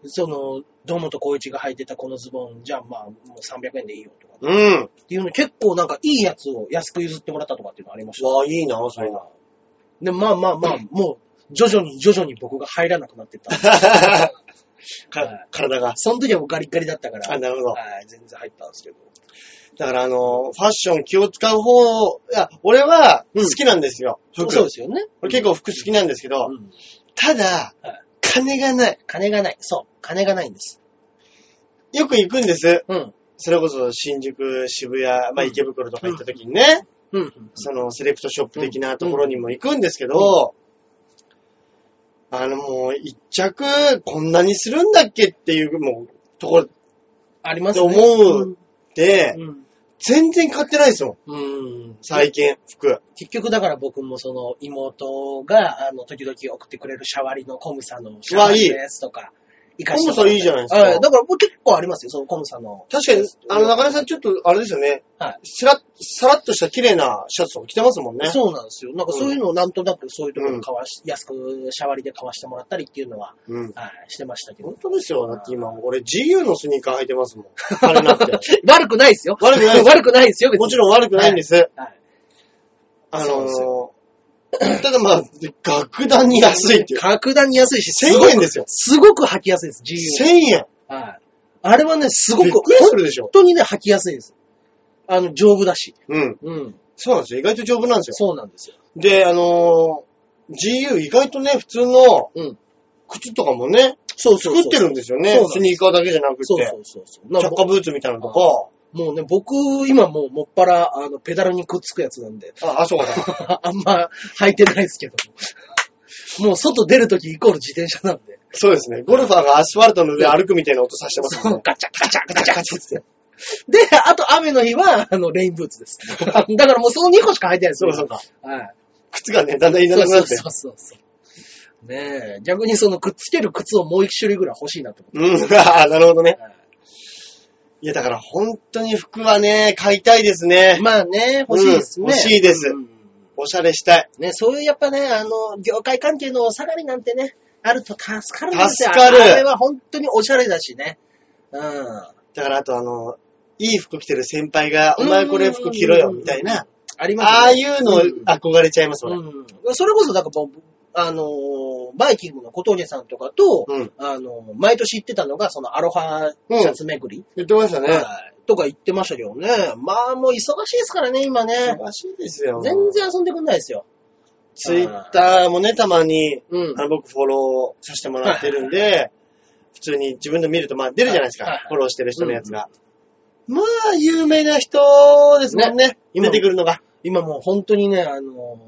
B: その、堂本光一が履いてたこのズボン、じゃあまあ、もう300円でいいよとか
A: うん。
B: っていうの結構なんかいいやつを安く譲ってもらったとかっていうのありました。
A: わあ、いいな、それは。
B: で、まあまあまあ、もう徐々に徐々に僕が入らなくな ってった。
A: か体が。
B: その時はもうガリッガリだったから、
A: あ、なるほど。
B: はい、全然入ったんですけど。
A: だから、あの、ファッション気を使う方、いや、俺は
B: うん
A: 好きなんですよ、服。
B: そうですよね。
A: 俺結構服好きなんですけど、
B: うん
A: ただ
B: はい、
A: 金がない。
B: 金がない。そう。金がないんです。
A: よく行くんです。
B: うん。
A: それこそ新宿、渋谷、まあ
B: うん
A: 池袋とか行った時にね、
B: うん。
A: そのセレクトショップ的なところにも行くんですけど、あのもう一着こんなにするんだっけっていう、もう、ところ
B: ありますね。
A: って思うで、
B: うん。
A: 全然買ってないですもん。
B: うん。うん
A: 最近、服。
B: 結局だから僕もその妹が、あの、時々送ってくれるシャワリのコムサのシャワリのやつとか、行
A: コ
B: せてもら
A: ムさ
B: った
A: ん
B: り
A: いいじゃないですか。
B: はい、だから僕結構ありますよ、そのコムサの。
A: 確かに、あの、中根さんちょっと、あれですよね。
B: はい
A: スラさらっとした綺麗なシャツとか着てますもんね。
B: そうなんですよ。なんかそういうのをなんとなくそういうところで買わし、安くシャワリで買わしてもらったりっていうのは、
A: うん。
B: はい、してましたけど
A: 本。当ですよ。だって今、俺 GU のスニーカー履いてますも ん。あれなくて。
B: 悪くないですよ。
A: 悪くないです
B: 悪くないですよ、別に。
A: もちろん悪くないんです。
B: はい。
A: あ
B: そうです
A: のー、ただ まあ、格段に安いっていう。
B: 格段に安いし、すご
A: 1000円
B: く、
A: ですよ。
B: すごく履きやすいです、
A: 1000
B: GU。
A: 円。
B: はい。あれはね、すご
A: び
B: く、
A: っ
B: 本
A: くりするでしょ。
B: 当にね、履きやすいです。あの、丈夫だし。
A: うん。
B: うん。
A: そうなんですよ。意外と丈夫なんですよ。
B: そうなんですよ。
A: で、あのー、GU 意外とね、普通の
B: うん。
A: 靴とかもね、
B: そうそうそう。
A: 作ってるんですよね。
B: そうなんです
A: スニーカーだけじゃなくて。
B: そうそうそうそう。なん
A: 着
B: か
A: 火ブーツみたいなのとか。
B: もうね、僕、今もう、もっぱら、あの、ペダルにくっつくやつなんで、
A: あ、あ、そうかな。
B: あんま履いてないですけども。もう外出るときイコール自転車なんで。
A: そうですね。ゴルファーがアスファルトの上歩くみたいな音させてますもんね。
B: ガチャガチャガチャガチャって。で、あと雨の日は、あの、レインブーツ です。だからもうその2個しか履いてないです
A: そう
B: よ。
A: かそうか。
B: はい。
A: 靴がね、だんだんいら
B: そ
A: な
B: うそう
A: くなって。
B: そうそうそう。ねえ、逆にそのくっつける靴をもう1種類ぐらい欲しいなと思
A: うん、ああ、なるほどね。
B: って。
A: いや、だから本当に服はね、買いたいですね。
B: まあね、欲しいですね。
A: うん欲しいです
B: うん
A: おしゃれしたい。
B: ね、そういうやっぱね、あの、業界関係のお下がりなんてね、あると助かるんですよ。
A: 助かる
B: あれは本当におしゃれだしね。うん。
A: だからあとあの、いい服着てる先輩が、お
B: うん
A: 前これ服着ろよ、みたいな。
B: あります
A: ああいうの
B: うん
A: 憧れちゃいます、俺。
B: うん。それこそ、だから僕、あのー、バイキングの小峠さんとかと、
A: うん。
B: あのー、毎年行ってたのが、そのアロハシャツ巡り、
A: 言ってましたね。
B: はいとか行ってましたけどね。まあもう忙しいですからね、今ね。
A: 忙しいですよ。
B: 全。然遊んでくんないですよ。
A: ツイッターもね、たまに、
B: うん
A: あ。の、僕フォローさせてもらってるんで、普通に自分で見ると、まあ出るじゃないです
B: はいは
A: か
B: い。
A: フォローしてる人のやつが。まあ、有名な人ですもんね。
B: うん
A: 出てくるのが。
B: 今もう本当にね、あの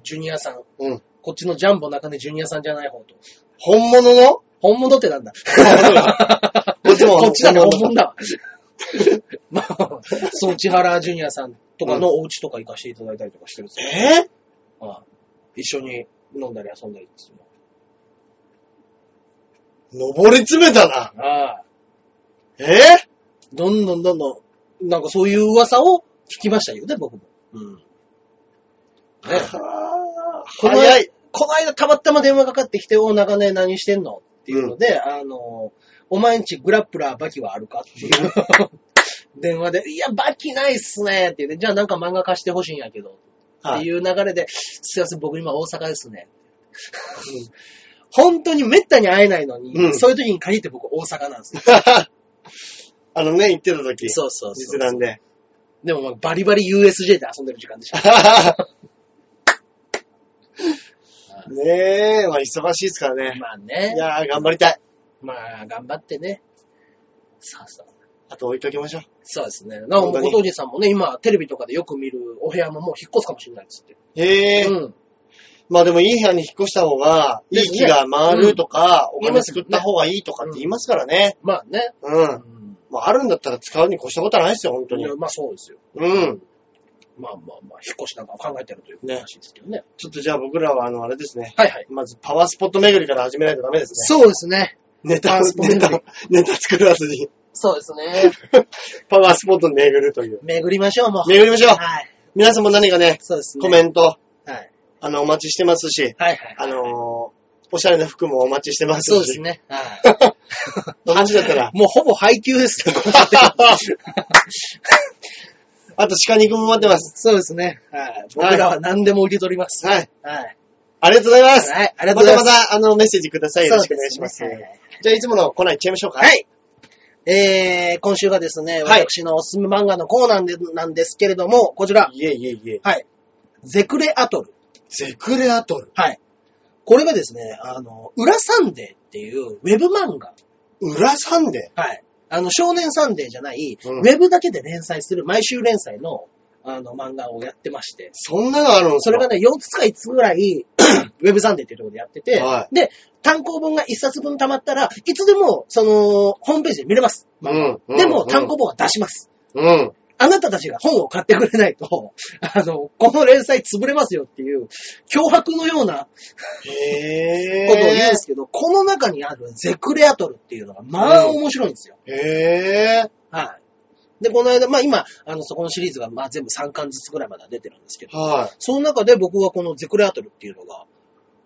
B: ー、ジュニアさん。
A: うん
B: こっちのジャンボ中根ジュニアさんじゃない方と。
A: 本物の
B: 本物って なんだ
A: こっちも
B: こっちだね、
A: 本
B: 本
A: 物
B: 物だわ。 まあ、そう、千原ジュニアさんとかのお家とか行かせていただいたりとかしてるんですよ。
A: え
B: ああ一緒に飲んだり遊んだりっていうの
A: 登り詰めたな。
B: ああ
A: え
B: どんどんどんどん、なんかそういう噂を聞きましたよね、僕も。うん。ね、この
A: 早い。
B: この間たまたま電話かかってきて、お、長年何してんのっていうので、あの、お前んちグラップラーバキはあるかっていう 電話で、いや、バキないっすねって言って、じゃあなんか漫画貸してほしいんやけど、
A: は
B: って
A: い。
B: いう流れで、すいません、僕今大阪ですね。 本当にめったに会えないのに、
A: うん
B: そういう時に限って僕大阪なんですよ。
A: あのね、行ってた時。
B: そうそうそ
A: 実
B: う。
A: 弾で。
B: でもまあバリバリ USJ で遊んでる時間でした。
A: ねえ、まあ忙しいですからね。
B: まあね
A: い。やー、頑張りたい。
B: まあ、頑張ってね。さあさあ。
A: あと置いときましょう。
B: そうですね。なんか
A: 本当に
B: ご当人さんもね、今、テレビとかでよく見るお部屋ももう引っ越すかもしれないっつって。
A: へえ、
B: うん。
A: まあでもいい部屋に引っ越した方が、いい木が回るとか、お金作った方がいいとかって言いますからね。
B: まあね。
A: う。
B: うんん。
A: まああるんだったら使うに越したことはないですよ、本当
B: い
A: に。
B: やまあそうですよ。
A: うん。
B: まあまあまあ、引っ越しなんかを考えてるということ
A: ね
B: らしいですけどね。
A: ちょっとじゃあ僕らはあの、あれですね。
B: はいはい。
A: まずパワースポット巡りから始めないとダメですね。
B: そうですね。
A: ネ
B: パ
A: タ、
B: ワースポット
A: ネ
B: 巡り
A: タ、ネタ作らずに、
B: そうですね。
A: パワースポット巡るという。
B: 巡りましょう、もう。
A: 巡りましょう
B: はい。
A: 皆さんも何かね、
B: そうですね。
A: コメント、
B: はい。
A: あの、お待ちしてますし、
B: はいはい。
A: あのーおしゃれな服もお待ちしてますし。
B: そうですね。はい。
A: 話だっ たら。
B: もうほぼ配給です よ。
A: あと、鹿肉も待ってます。
B: そうですね。はい。僕らは何でも受け取ります。
A: はい。
B: はい。
A: ありがとうございます。
B: はい。ありがと
A: ま
B: うござ
A: た
B: いま。
A: ますた、あの、メッセージください。よろしくお願いします。
B: そうですねはい
A: じゃあ、いつものコーナー行っちゃいましょうか。
B: はい。えー、今週がですね、
A: はい
B: 私のおすすめ漫画のコーナーでなんですけれども、こちら、
A: いえいえいえ。
B: はい。ゼクレアトル。
A: セクレアトル。
B: はい。これがですね、あの、裏サンデーっていうウェブ漫画。
A: 裏サンデ
B: はい。あの、少年サンデーじゃない、
A: うん
B: ウェブだけで連載する、毎週連載の、あの、漫画をやってまして、
A: そんなのあるんです
B: そ
A: か
B: れがね、4つか5つぐらい、 ウェブサンデーっていうところでやってて、
A: は
B: で、単行本が1冊分溜まったら、いつでも、その、ホームページで見れます。
A: うんうん
B: でも、単行本は出します。
A: うん。
B: あなたたちが本を買ってくれないと、 あの、この連載潰れますよっていう、脅迫のような
A: へ
B: ことを言うん
A: え
B: ですけど、この中にあるゼクレアトルっていうのが、まあ
A: うん
B: 面白いんですよ。
A: ー。へえ
B: はい。で、この間、まあ今、あの、そこのシリーズが、まあ全部3巻ずつぐらいまでは出てるんですけ
A: ー。
B: ど、
A: は
B: その中で僕はこのゼクレアトルっていうのが、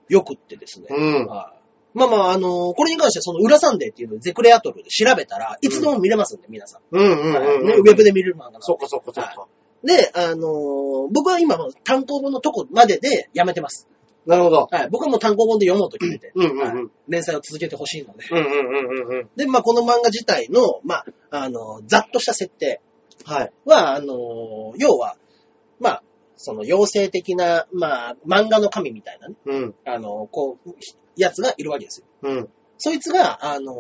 B: よくってですね
A: い。、うん。
B: はい。まあまあ、あの、これに関してはその裏サンデーっていうのをゼクレアトルで調べたらいつでも見れますんで、皆さん。
A: うんうん
B: はい
A: うん
B: ね
A: うん。
B: ウェブで見れる漫画なんで
A: そっかそっかそっか。
B: で、あのー僕は今もう単行本のとこまででやめてます。
A: なるほど。
B: はい。僕はもう単行本で読もうと決めて、
A: うんうんうん
B: はい連載を続けてほしいので。
A: うんうんうんうんうん。
B: で、まあ、この漫画自体の、まあ、あのーざっとした設定
A: はい。
B: は、あのー要は、まあ、その妖精的な、まあ、漫画の神みたいなね、
A: うん。
B: あのーこう、やつがいるわけですよ。
A: うん。
B: そいつが、あのー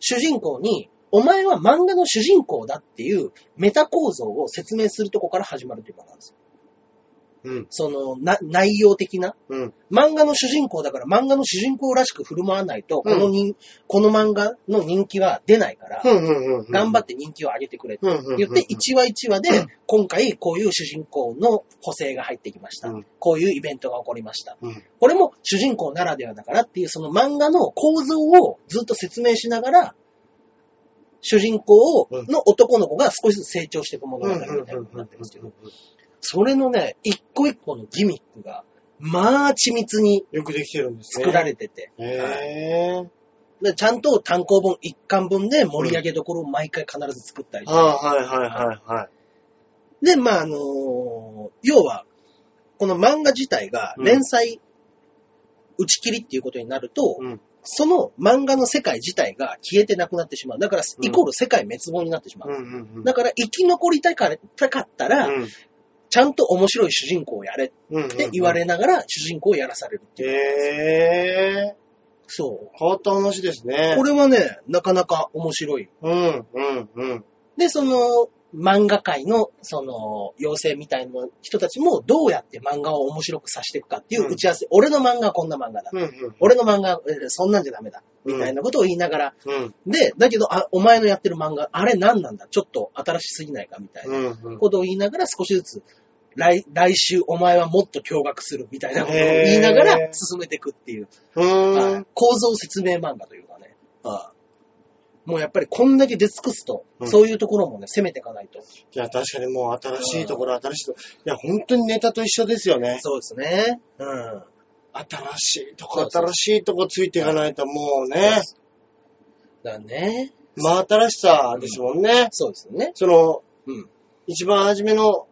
B: 主人公に、お前は漫画の主人公だっていうメタ構造を説明するとこから始まるという漫画なんですよ。
A: うん。
B: その、な、内容的な。
A: うん。
B: 漫画の主人公だから漫画の主人公らしく振る舞わないと、この人、この漫画の人気は出ないから、
A: うんうんうん。
B: 頑
A: っ
B: 張って人気を上げてくれと
A: うんうんうん。
B: 言って、1話1話で、今回こういう主人公の補正が入ってきました
A: うん。
B: こういうイベントが起こりました。
A: うん。
B: これも主人公ならではだからっていう、その漫画の構造をずっと説明しながら、主人公をの男の子が少しずつ成長していく物語みたいなことになってますけど、それのね、一個一個のギミックが、まあ緻密に
A: よくできてるんですね。
B: 作られてて、
A: へぇ
B: でちゃんと単行本一巻分で盛り上げどころを毎回必ず作ったり
A: ー。
B: して、
A: あーはいはいはいはい。
B: で、まあ、あのー要は、この漫画自体が連載打ち切りっていうことになると、
A: うん。
B: その漫画の世界自体が消えてなくなってしまう。だから、
A: うん
B: イコール世界滅亡になってしま
A: う
B: う。
A: んうんうん。
B: だから、生き残りたかたかったら、ちゃんと面白い主人公をやれ
A: うん。っ
B: って言われながら、主人公をやらされるっていう。
A: へぇ
B: そう。
A: ー。変わった話ですね。
B: これはね、なかなか面白い。
A: うんうんうん。
B: で、その、漫画界の、その、妖精みたいな人たちも、どうやって漫画を面白くさせていくかっていう打ち合わせ。俺の漫画はこんな漫画だ。
A: うんうん。
B: 俺の漫画は、えそんなんじゃダメだ。みたいなことを言いながら。
A: うん
B: で、だけど、あ、お前のやってる漫画、あれ何なんだちょっと新しすぎないかみたいな
A: うんうん。
B: ことを言いながら、少しずつ、来、来週お前はもっと驚愕するみたいなことを言いなが
A: へ
B: ら
A: ー
B: 進めていくっていう、
A: うー
B: はい
A: ん。
B: 構造説明漫画というかね。はいもうやっぱりこんだけ出尽くすと、
A: うん
B: そういうところもね、攻めていかないと。
A: いや、確かにもう新しいところ、新しいところ。いや、本当にネタと一緒ですよね。
B: そうですね。うん。
A: 新しいとこ
B: そうそう、
A: 新しいとこついていかないともうね、
B: だね。
A: 真新しさですもんね。
B: そうですね。
A: その、
B: うん。
A: 一番初めの、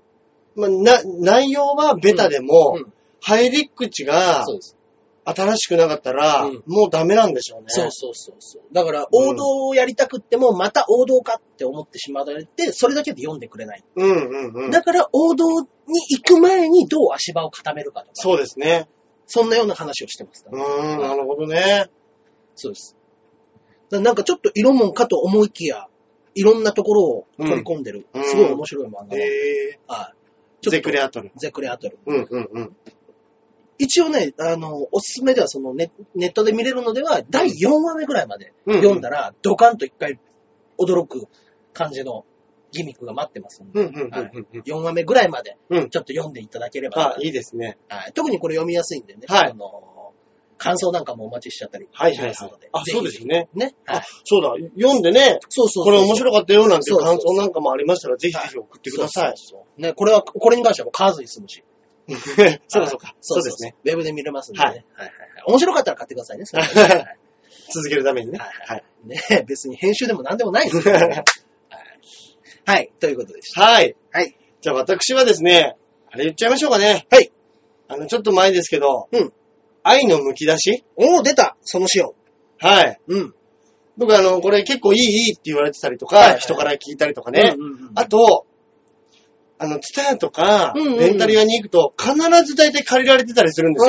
A: まあ、な、内容はベタでも、
B: うん
A: 入り口が
B: そうです。
A: 新しくなかったら、
B: うん
A: もうダメなんでしょうね。
B: そうそうそうそう。だから、王道をやりたくっても、また王道かって思ってしまわれて、それだけで読んでくれない。
A: うんうんうん。
B: だから、王道に行く前にどう足場を固めるかとか、
A: そうですね。
B: そんなような話をしてます。
A: うーん、なるほどね。
B: そうです。だなんかちょっと色もんかと思いきや、いろんなところを取り込んでる、
A: うん
B: すごい面白い漫画、で
A: え
B: はい。
A: ー、ゼクレ
B: ア。
A: アトル。
B: ゼクレアトル。
A: うんうんうん。
B: 一応ね、あの、おすすめではそのネネットで見れるのでは、第4話目ぐらいまで
A: うん
B: 読んだら、ドカンと一回驚く感じのギミックが待ってますんで、
A: うんうんうんうんうん
B: はい4話目ぐらいまで、ち
A: う
B: ょ
A: ん
B: っと読んでいただければ、
A: あ、いいですね。
B: はい特にこれ読みやすいんでね、
A: はい
B: あの、感想なんかもお待ちしちゃったりし
A: はいはい
B: ま
A: はい
B: すので。。
A: あ、
B: ぜひ
A: そうですよね。
B: ね。は
A: あ
B: い、
A: そうだ。読んでね、
B: そうそうそう
A: これ面白かったよなんてい
B: そ
A: う
B: うそう
A: 感
B: そう
A: 想なんかもありましたら、ぜひぜひ送ってください。
B: そうそうそうね、これは、これに関してはもう数に済むし。
A: そうかそうか。そ
B: そ
A: う
B: う
A: で
B: ですすね
A: ね。。
B: ウェブで見れますんでね。
A: は
B: はいいはいはい。面白かったら買ってくださいね。それは
A: はい
B: はい
A: 続けるためにね。
B: は
A: はいい。。
B: ね別に編集でも何でもないですけ どねはいはい、ということでした。
A: はい。
B: はい。
A: じゃあ私はですね、あれ言っちゃいましょうかね。
B: はい。
A: あの、ちょっと前ですけど、
B: うん。
A: 愛のむき出し
B: おー、出たその仕様。
A: はい。
B: うん。
A: 僕あの、これ結構いいいいって言われてたりと
B: はいはい
A: か、人から聞いたりとかね
B: う。んうんうん
A: あと、あの、ツタヤとか、
B: うんうんうん
A: レンタル屋に行くと、必ず大体借りられてたりするんです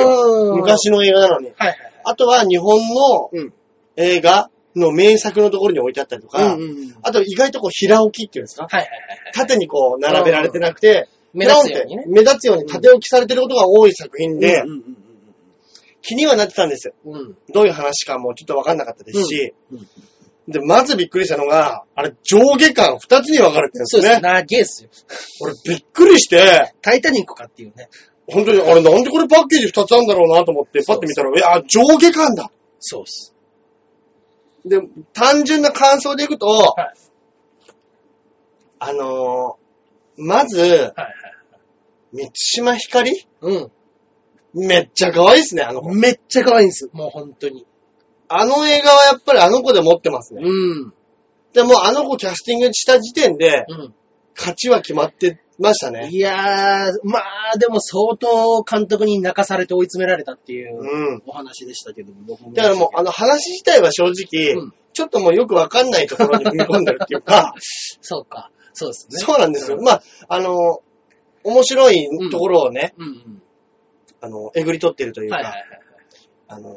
B: う
A: よ。
B: ん
A: 昔の映画なのに。
B: はいはいはい。
A: あとは日本の
B: うん
A: 映画の名作のところに置いてあったりとか、
B: うんうんうん。
A: あと意外とこう平置きっていうんですか
B: はいはいはいはい。
A: 縦にこう並べられてなくて、
B: 目立つようにね
A: ペロンって目立つように縦置きされてることが多い作品で、
B: うん
A: 気にはなってたんです。
B: うんうんうん。うん。
A: どういう話かもちょっとわかんなかったですし、
B: うんうん
A: で、まずびっくりしたのが、あれ上下巻二つに分かれてるんです
B: そう
A: ね
B: です。。長いっすよ。
A: 俺びっくりして、
B: タイタニックかっていうね。
A: 本当に、あれなんでこれパッケージ二つあるんだろうなと思って、パッて見たら、いや、上下巻だ
B: そうっす。
A: で、単純な感想でいくと、
B: はい
A: あのーまず、
B: はい
A: 三島ひかり
B: はい。うん。
A: めっちゃ可愛いですね、あの子。
B: めっちゃ可愛いんです。もう本当に。
A: あの映画はやっぱりあの子で持ってますね。
B: うん。
A: でもあの子キャスティングした時点で、
B: うん。
A: 勝ちは決まってましたね。
B: いやー、まあ、でも相当監督に泣かされて追い詰められたっていう
A: うん。
B: お話でしたけども、僕も
A: だからもう、あの話自体は正直、
B: うん
A: ちょっともうよくわかんないところに踏み込んでるっていうか、
B: そうか。そうですね。
A: そうなんですよ。
B: うん
A: まあ、あの、面白いところをね、
B: うんうん。
A: あの、えぐり取ってるというか、
B: はいはいはい。
A: あの、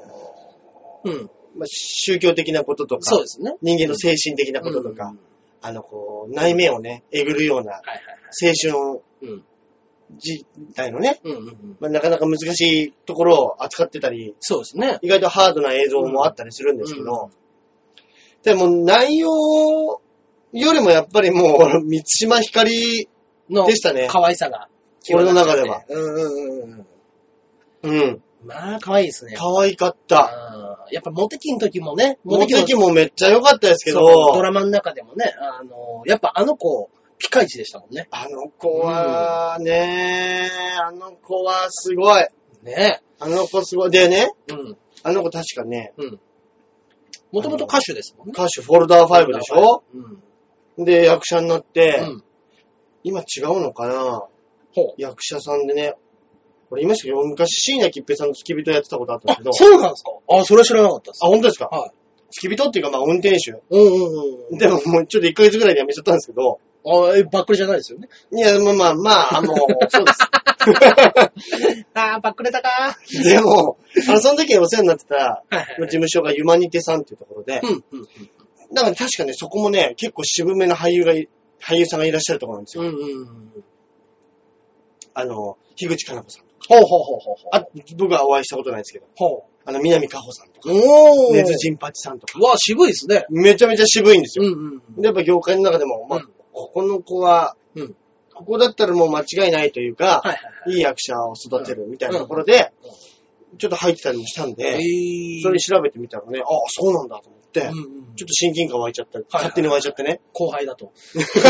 B: うん。
A: まあ、宗教的なこととか、
B: そうですね。
A: 人間の精神的なこととか、
B: うんうん
A: あの、こう、内面をね、えぐるような
B: はいは
A: 青春
B: いはい。うん。
A: 自体のね、
B: うんうんうん。
A: まあ、なかなか難しいところを扱ってたり、
B: そうですね。
A: 意外とハードな映像もあったりするんですけど、でも内容よりもやっぱりもう、三島ひかり、
B: の、
A: でしたね
B: 可愛さが。
A: 俺の中では。
B: うんうんうんうん。
A: うん、
B: まあ、可愛いですね。
A: 可愛かった。
B: うんやっぱモテキの時もね、
A: モテ
B: の
A: キもめっちゃ良かったですけど、
B: そうドラマの中でもね、あの、やっぱあの子、ピカイチでしたもんね。
A: あの子はね、あの子はすごい。
B: ね
A: あの子すごい。でね、
B: うん。
A: あの子確かね、
B: うん。もともと歌手ですもんね。
A: 歌手フォルダー5でしょ
B: うん。
A: で、役者になっ
B: う
A: て、
B: ん。
A: 今違うのかな
B: ほう。
A: 役者さんでね、俺今しか昔椎名桔平さんの付き人やってたことあったん
B: あ
A: ですけど、あ、
B: そうなんですかあ、それは知らなかったです。
A: 本当ですか
B: はい。
A: 付き人っていうかまあ運転手。
B: うんうんうん。
A: でももうちょっと1ヶ月ぐらいで辞めちゃったんですけど、
B: あえ、ばっくれじゃないですよね。
A: いや、まあまあまあ、あの、そうです。
B: あー、ばっくれたか
A: でも、あの、その時お世話になってた、
B: はいは
A: 事務所がユマニテさんっていうところで
B: う、んうん
A: なんか確かね、そこもね、結構渋めの俳優がい、俳優さんがいらっしゃるところなんですよ。
B: うん。うんうんうん。
A: あの、樋口かな子さん。
B: ほうほうほうほうほう。
A: あ、僕はお会いしたことないですけど、
B: ほう。
A: あの、南かほさんとか、
B: おー。
A: 根津陣八さんとか、
B: うわ、渋いですね。
A: めちゃめちゃ渋いんです
B: うん
A: よ。
B: うんうん。
A: で、やっぱ業界の中でも、まあ、
B: うん
A: ここの子は、
B: うん
A: ここだったらもう間違いないというか、
B: はいはいはい。
A: いい役者を育てるみたいなところで、ちょっと入ってたりもしたんで、
B: え
A: それ調べてみたらね、ああ、そうなんだと思って、
B: うんうん
A: ちょっと親近感湧いちゃった。
B: はい
A: 勝手に湧いちゃってね。
B: 後輩だと。
A: ス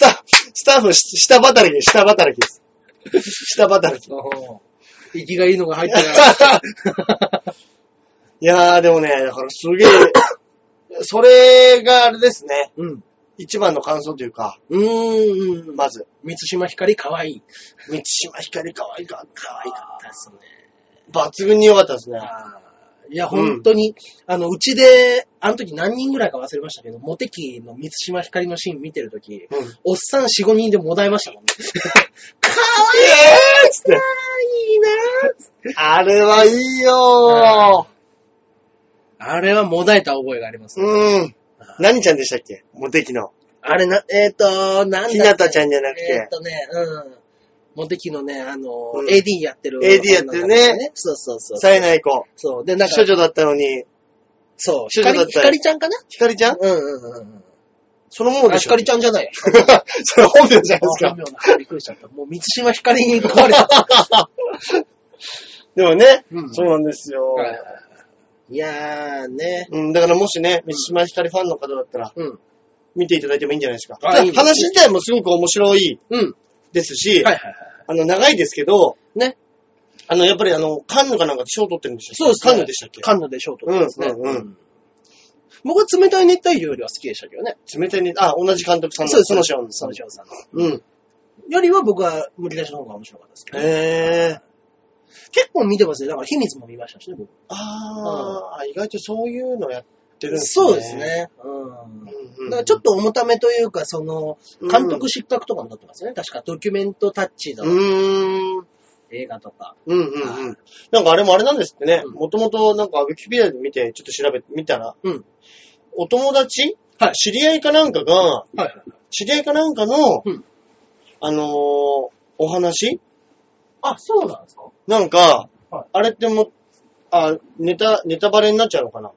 A: タッフ、スタッフ、し下働きです、下働きです。下働き。
B: 息がいいのが入ってない。
A: いやー、でもね、だからすげえ、それがあれですね、
B: うん。
A: 一番の感想というか、
B: うーん。
A: まず、
B: 三島ひかりかわいい。
A: 満島ひかり可愛かっ
B: かわい
A: た。
B: かったですね。
A: 抜群に良かったですね。
B: いや、本当に、あの、うちで、あの時何人ぐらいか忘れましたけど、モテキの三島ひかりのシーン見てる時、
A: うん。え
B: おっさん4、5人でもだえましたもんね。か
A: ーっつっ
B: わ
A: て。
B: いいな
A: あれはいいよ
B: あれはもだえた覚えがあります
A: ー。うん。何ちゃんでしたっけモテキの。
B: あれな、えっ、と、なんだっけ
A: ひなたちゃんじゃなくて
B: えっ、とね、うん。モテキのね、あの、
A: うん
B: AD やってる。
A: AD やってるね。
B: そうそうそう。
A: 冴えない子。
B: そう。で、なんか
A: 処、女だったのに、
B: そう、
A: 少
B: ひ
A: 女
B: か
A: だ
B: り、
A: った
B: ひ
A: よ
B: かりちゃんかな
A: ひかりちゃん
B: うんうんうんうん。
A: そのも
B: あ
A: ので
B: ひ
A: し
B: か
A: ょ
B: りちゃんじゃないよ。
A: それ本名じゃないです
B: あ
A: か
B: 本。名だびっくりしちゃった。もう、三島ひかりに壊れた。
A: でもね、
B: うん
A: そうなんですよ。
B: いやーね。
A: うん、だからもしね、三島ひかりファンの方だったら、
B: うん。
A: 見ていただいてもいいんじゃないですか。
B: あいいですね
A: 話自体もすごく面白い
B: うん。
A: ですし、
B: はいはいはい。
A: あの、長いですけど、
B: ね。
A: あの、やっぱりあの、カンヌかなんかで賞取ってるんでしょ
B: そうですね
A: カンヌでしたっけ
B: カンヌでショートですね。
A: うんうんうん
B: 僕は冷たい熱帯魚よりは好きでしたけどね。
A: 冷たいに、あ、同じ監督さんの、園シャオン
B: そ
A: さん
B: の。ショーさんの。
A: うん。
B: よりは僕は無理出しの方が面白かったですけど、
A: へー。
B: 結構見てますね。だから秘密も見ましたしね、僕。
A: あー、意外とそういうのやってるんですね。
B: そうです。ね。うん。
A: うん、うん。
B: だからちょっと重ためというか、その、監督
A: し
B: 失格とかもなってますよね。確かドキュメントタッチ
A: う
B: の
A: ーん。
B: 映画とか。
A: うんうんうん。なんかあれもあれなんですってね。
B: うん
A: もともとなんかウィキペディアで見て、ちょっと調べてみたら、
B: うん
A: お友達、
B: はい
A: 知り合いかなんかが、
B: はいはい。
A: 知り合いかなんかの、
B: うん
A: あのーお話
B: あ、そうなんですか
A: なんか、
B: はい
A: あれってもう、あ、ネタ、ネタバレになっちゃうのかな
B: あ、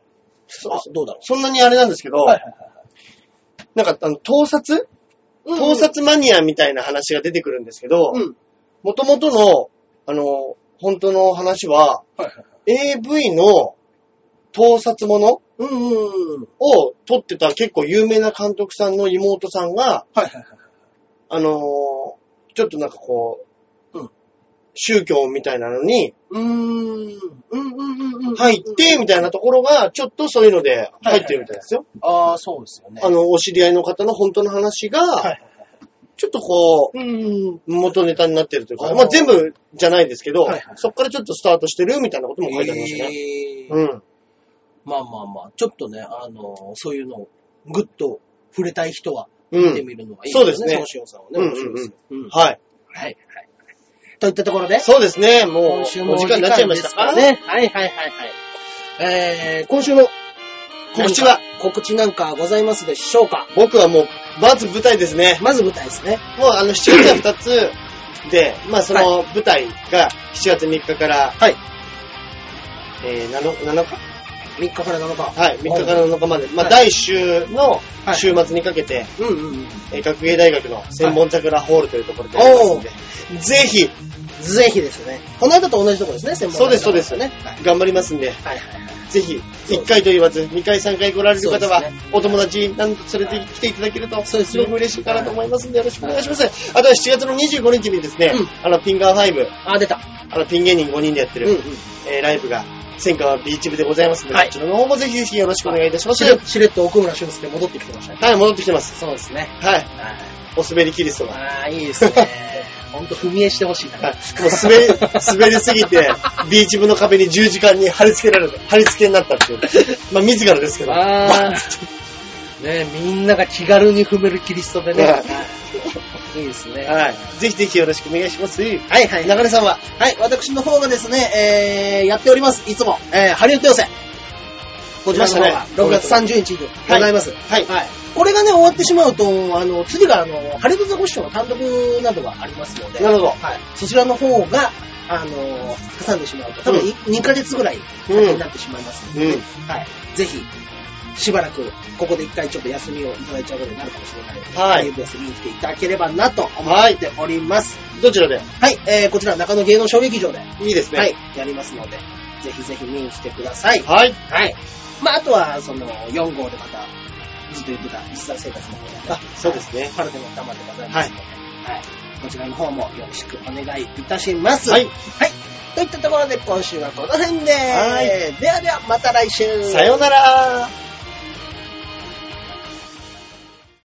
B: どうだろ
A: そんなにあれなんですけど、
B: う。はいはいはいはい。
A: なんかあの、盗撮
B: うん
A: 盗撮マニアみたいな話が出てくるんですけど
B: う、ん。
A: もともとの、あのー本当の話は、
B: はいはいはい。
A: AV の盗撮もの
B: うんうんうん。
A: を撮ってた結構有名な監督さんの妹さんが、
B: はいはいはい。
A: あのーちょっとなんかこう、
B: うん
A: 宗教みたいなのに
B: うーん。うんうんうんうん。
A: 入って、みたいなところが、ちょっとそういうので入ってるみたいですよ。
B: ああ、そうですよね。
A: あの、お知り合いの方の本当の話
B: は
A: が、
B: い
A: ちょっとこう、
B: はいはい。うん。
A: 元ネタになってるというか、
B: あー
A: まあ全部じゃないですけど、
B: はいはい
A: そっからちょっとスタートしてるみたいなことも書いてありましたね。
B: えー
A: うん。
B: まあまあまあ、ちょっとね、あの、そういうのをぐっと触れたい人は
A: う
B: 見て
A: ん。
B: みるのがいい
A: そうですね
B: そのしおさんはね、
A: うん
B: 面白いですよ。うんはい
A: はい。
B: はい。といったところで、
A: そうですね。もう、お
B: 今
A: 時
B: 週も
A: 間になっちゃいましたか
B: お時間ですからね。はいはいはいはい。えー、今週の
A: 告知は
B: 告知なんかございますでしょうか
A: 僕はもう、まず舞台ですね。
B: まず舞台ですね。
A: もうあの、7月は2つで、まあその舞台が7月3日から、
B: はい
A: えー、7, 7日
B: 3日から7日。
A: はい、3日から7日まで。まあ、
B: はい
A: 第1週の
B: はい
A: 週末にかけて、
B: うんうんうん。
A: えー学芸大学の専門桜ホールというところでやりますので、ぜひ、
B: ぜひですね。この間と同じところですね、専門
A: そうです、そうです
B: ね。はい。
A: 頑張りますんで、
B: はいはいはい。
A: ぜひ、1回と言わず、2回、3回来られる
B: そうで
A: 方
B: す
A: は
B: ね、
A: お友達なんと連れてきていただけると、
B: そうです
A: す
B: ね
A: ごく嬉しいかなと思いますんで、よろしくお願いします。あとは7月の25日にですね
B: うん、
A: あの、ピンガー5、
B: あ、出た。
A: あの、ピン芸人5人でやって
B: うん
A: る
B: う、ん。
A: えーライブが、千川ビーチ部でございますので、
B: はい
A: こちらの方もぜひぜひよろしくお願いいたします。
B: しれしれっと奥村俊介戻ってきてましたね。
A: はい、戻ってきてます。
B: そうですね。
A: はい、お滑りキリストが。
B: ああ、いいですね。ほんと踏み絵してほしいな。
A: はい、もう滑り、滑りすぎて、ビーチ部の壁に十字架に貼り付けられた、貼り付けになったっていう。まあ、自らですけど。
B: ああ。ねみんなが気軽に踏めるキリストでね。
A: はい
B: いいですね。
A: はい。ぜひぜひよろしくお願いします。はい。
B: はいはい。
A: 流れさんは、
B: はい、私の方がですね、えー、やっております。いつも、えー、ハリウッド予選。こちらの方
A: 来ま
B: が
A: した
B: 6
A: ね
B: 月30日にございます。
A: はい。
B: はい。これがね、終わってしまうと、あの、次が、あの、ハリウッドザコシショウの単独などがありますので、
A: なるほど
B: はい。そちらの方が、あの、挟んでしまうと、多分い2ヶ月ぐらい先になってしまいますので、
A: うん。
B: はい。ぜひ、しばらく、ここで一回ちょっと休みをいただいちゃうことになるかもしれないので、
A: は
B: ラ
A: い
B: イブを遊びに来ていただければなと思っております。
A: どちらで
B: はい、えー、こちら中野芸能小劇場で、
A: いいですね。
B: はい、やりますので、ぜひぜひ見に来てください。
A: はい。
B: はい。まあ、あとは、その、4号でまた、ずっと言ってた、実際生活の方で、
A: あそうですね
B: パルテの玉でございますので、はい。こちらの方もよろしくお願いいたします。
A: はい
B: といったところで、今週はこの辺で、
A: はい
B: ではでは、また来週。
A: さようなら。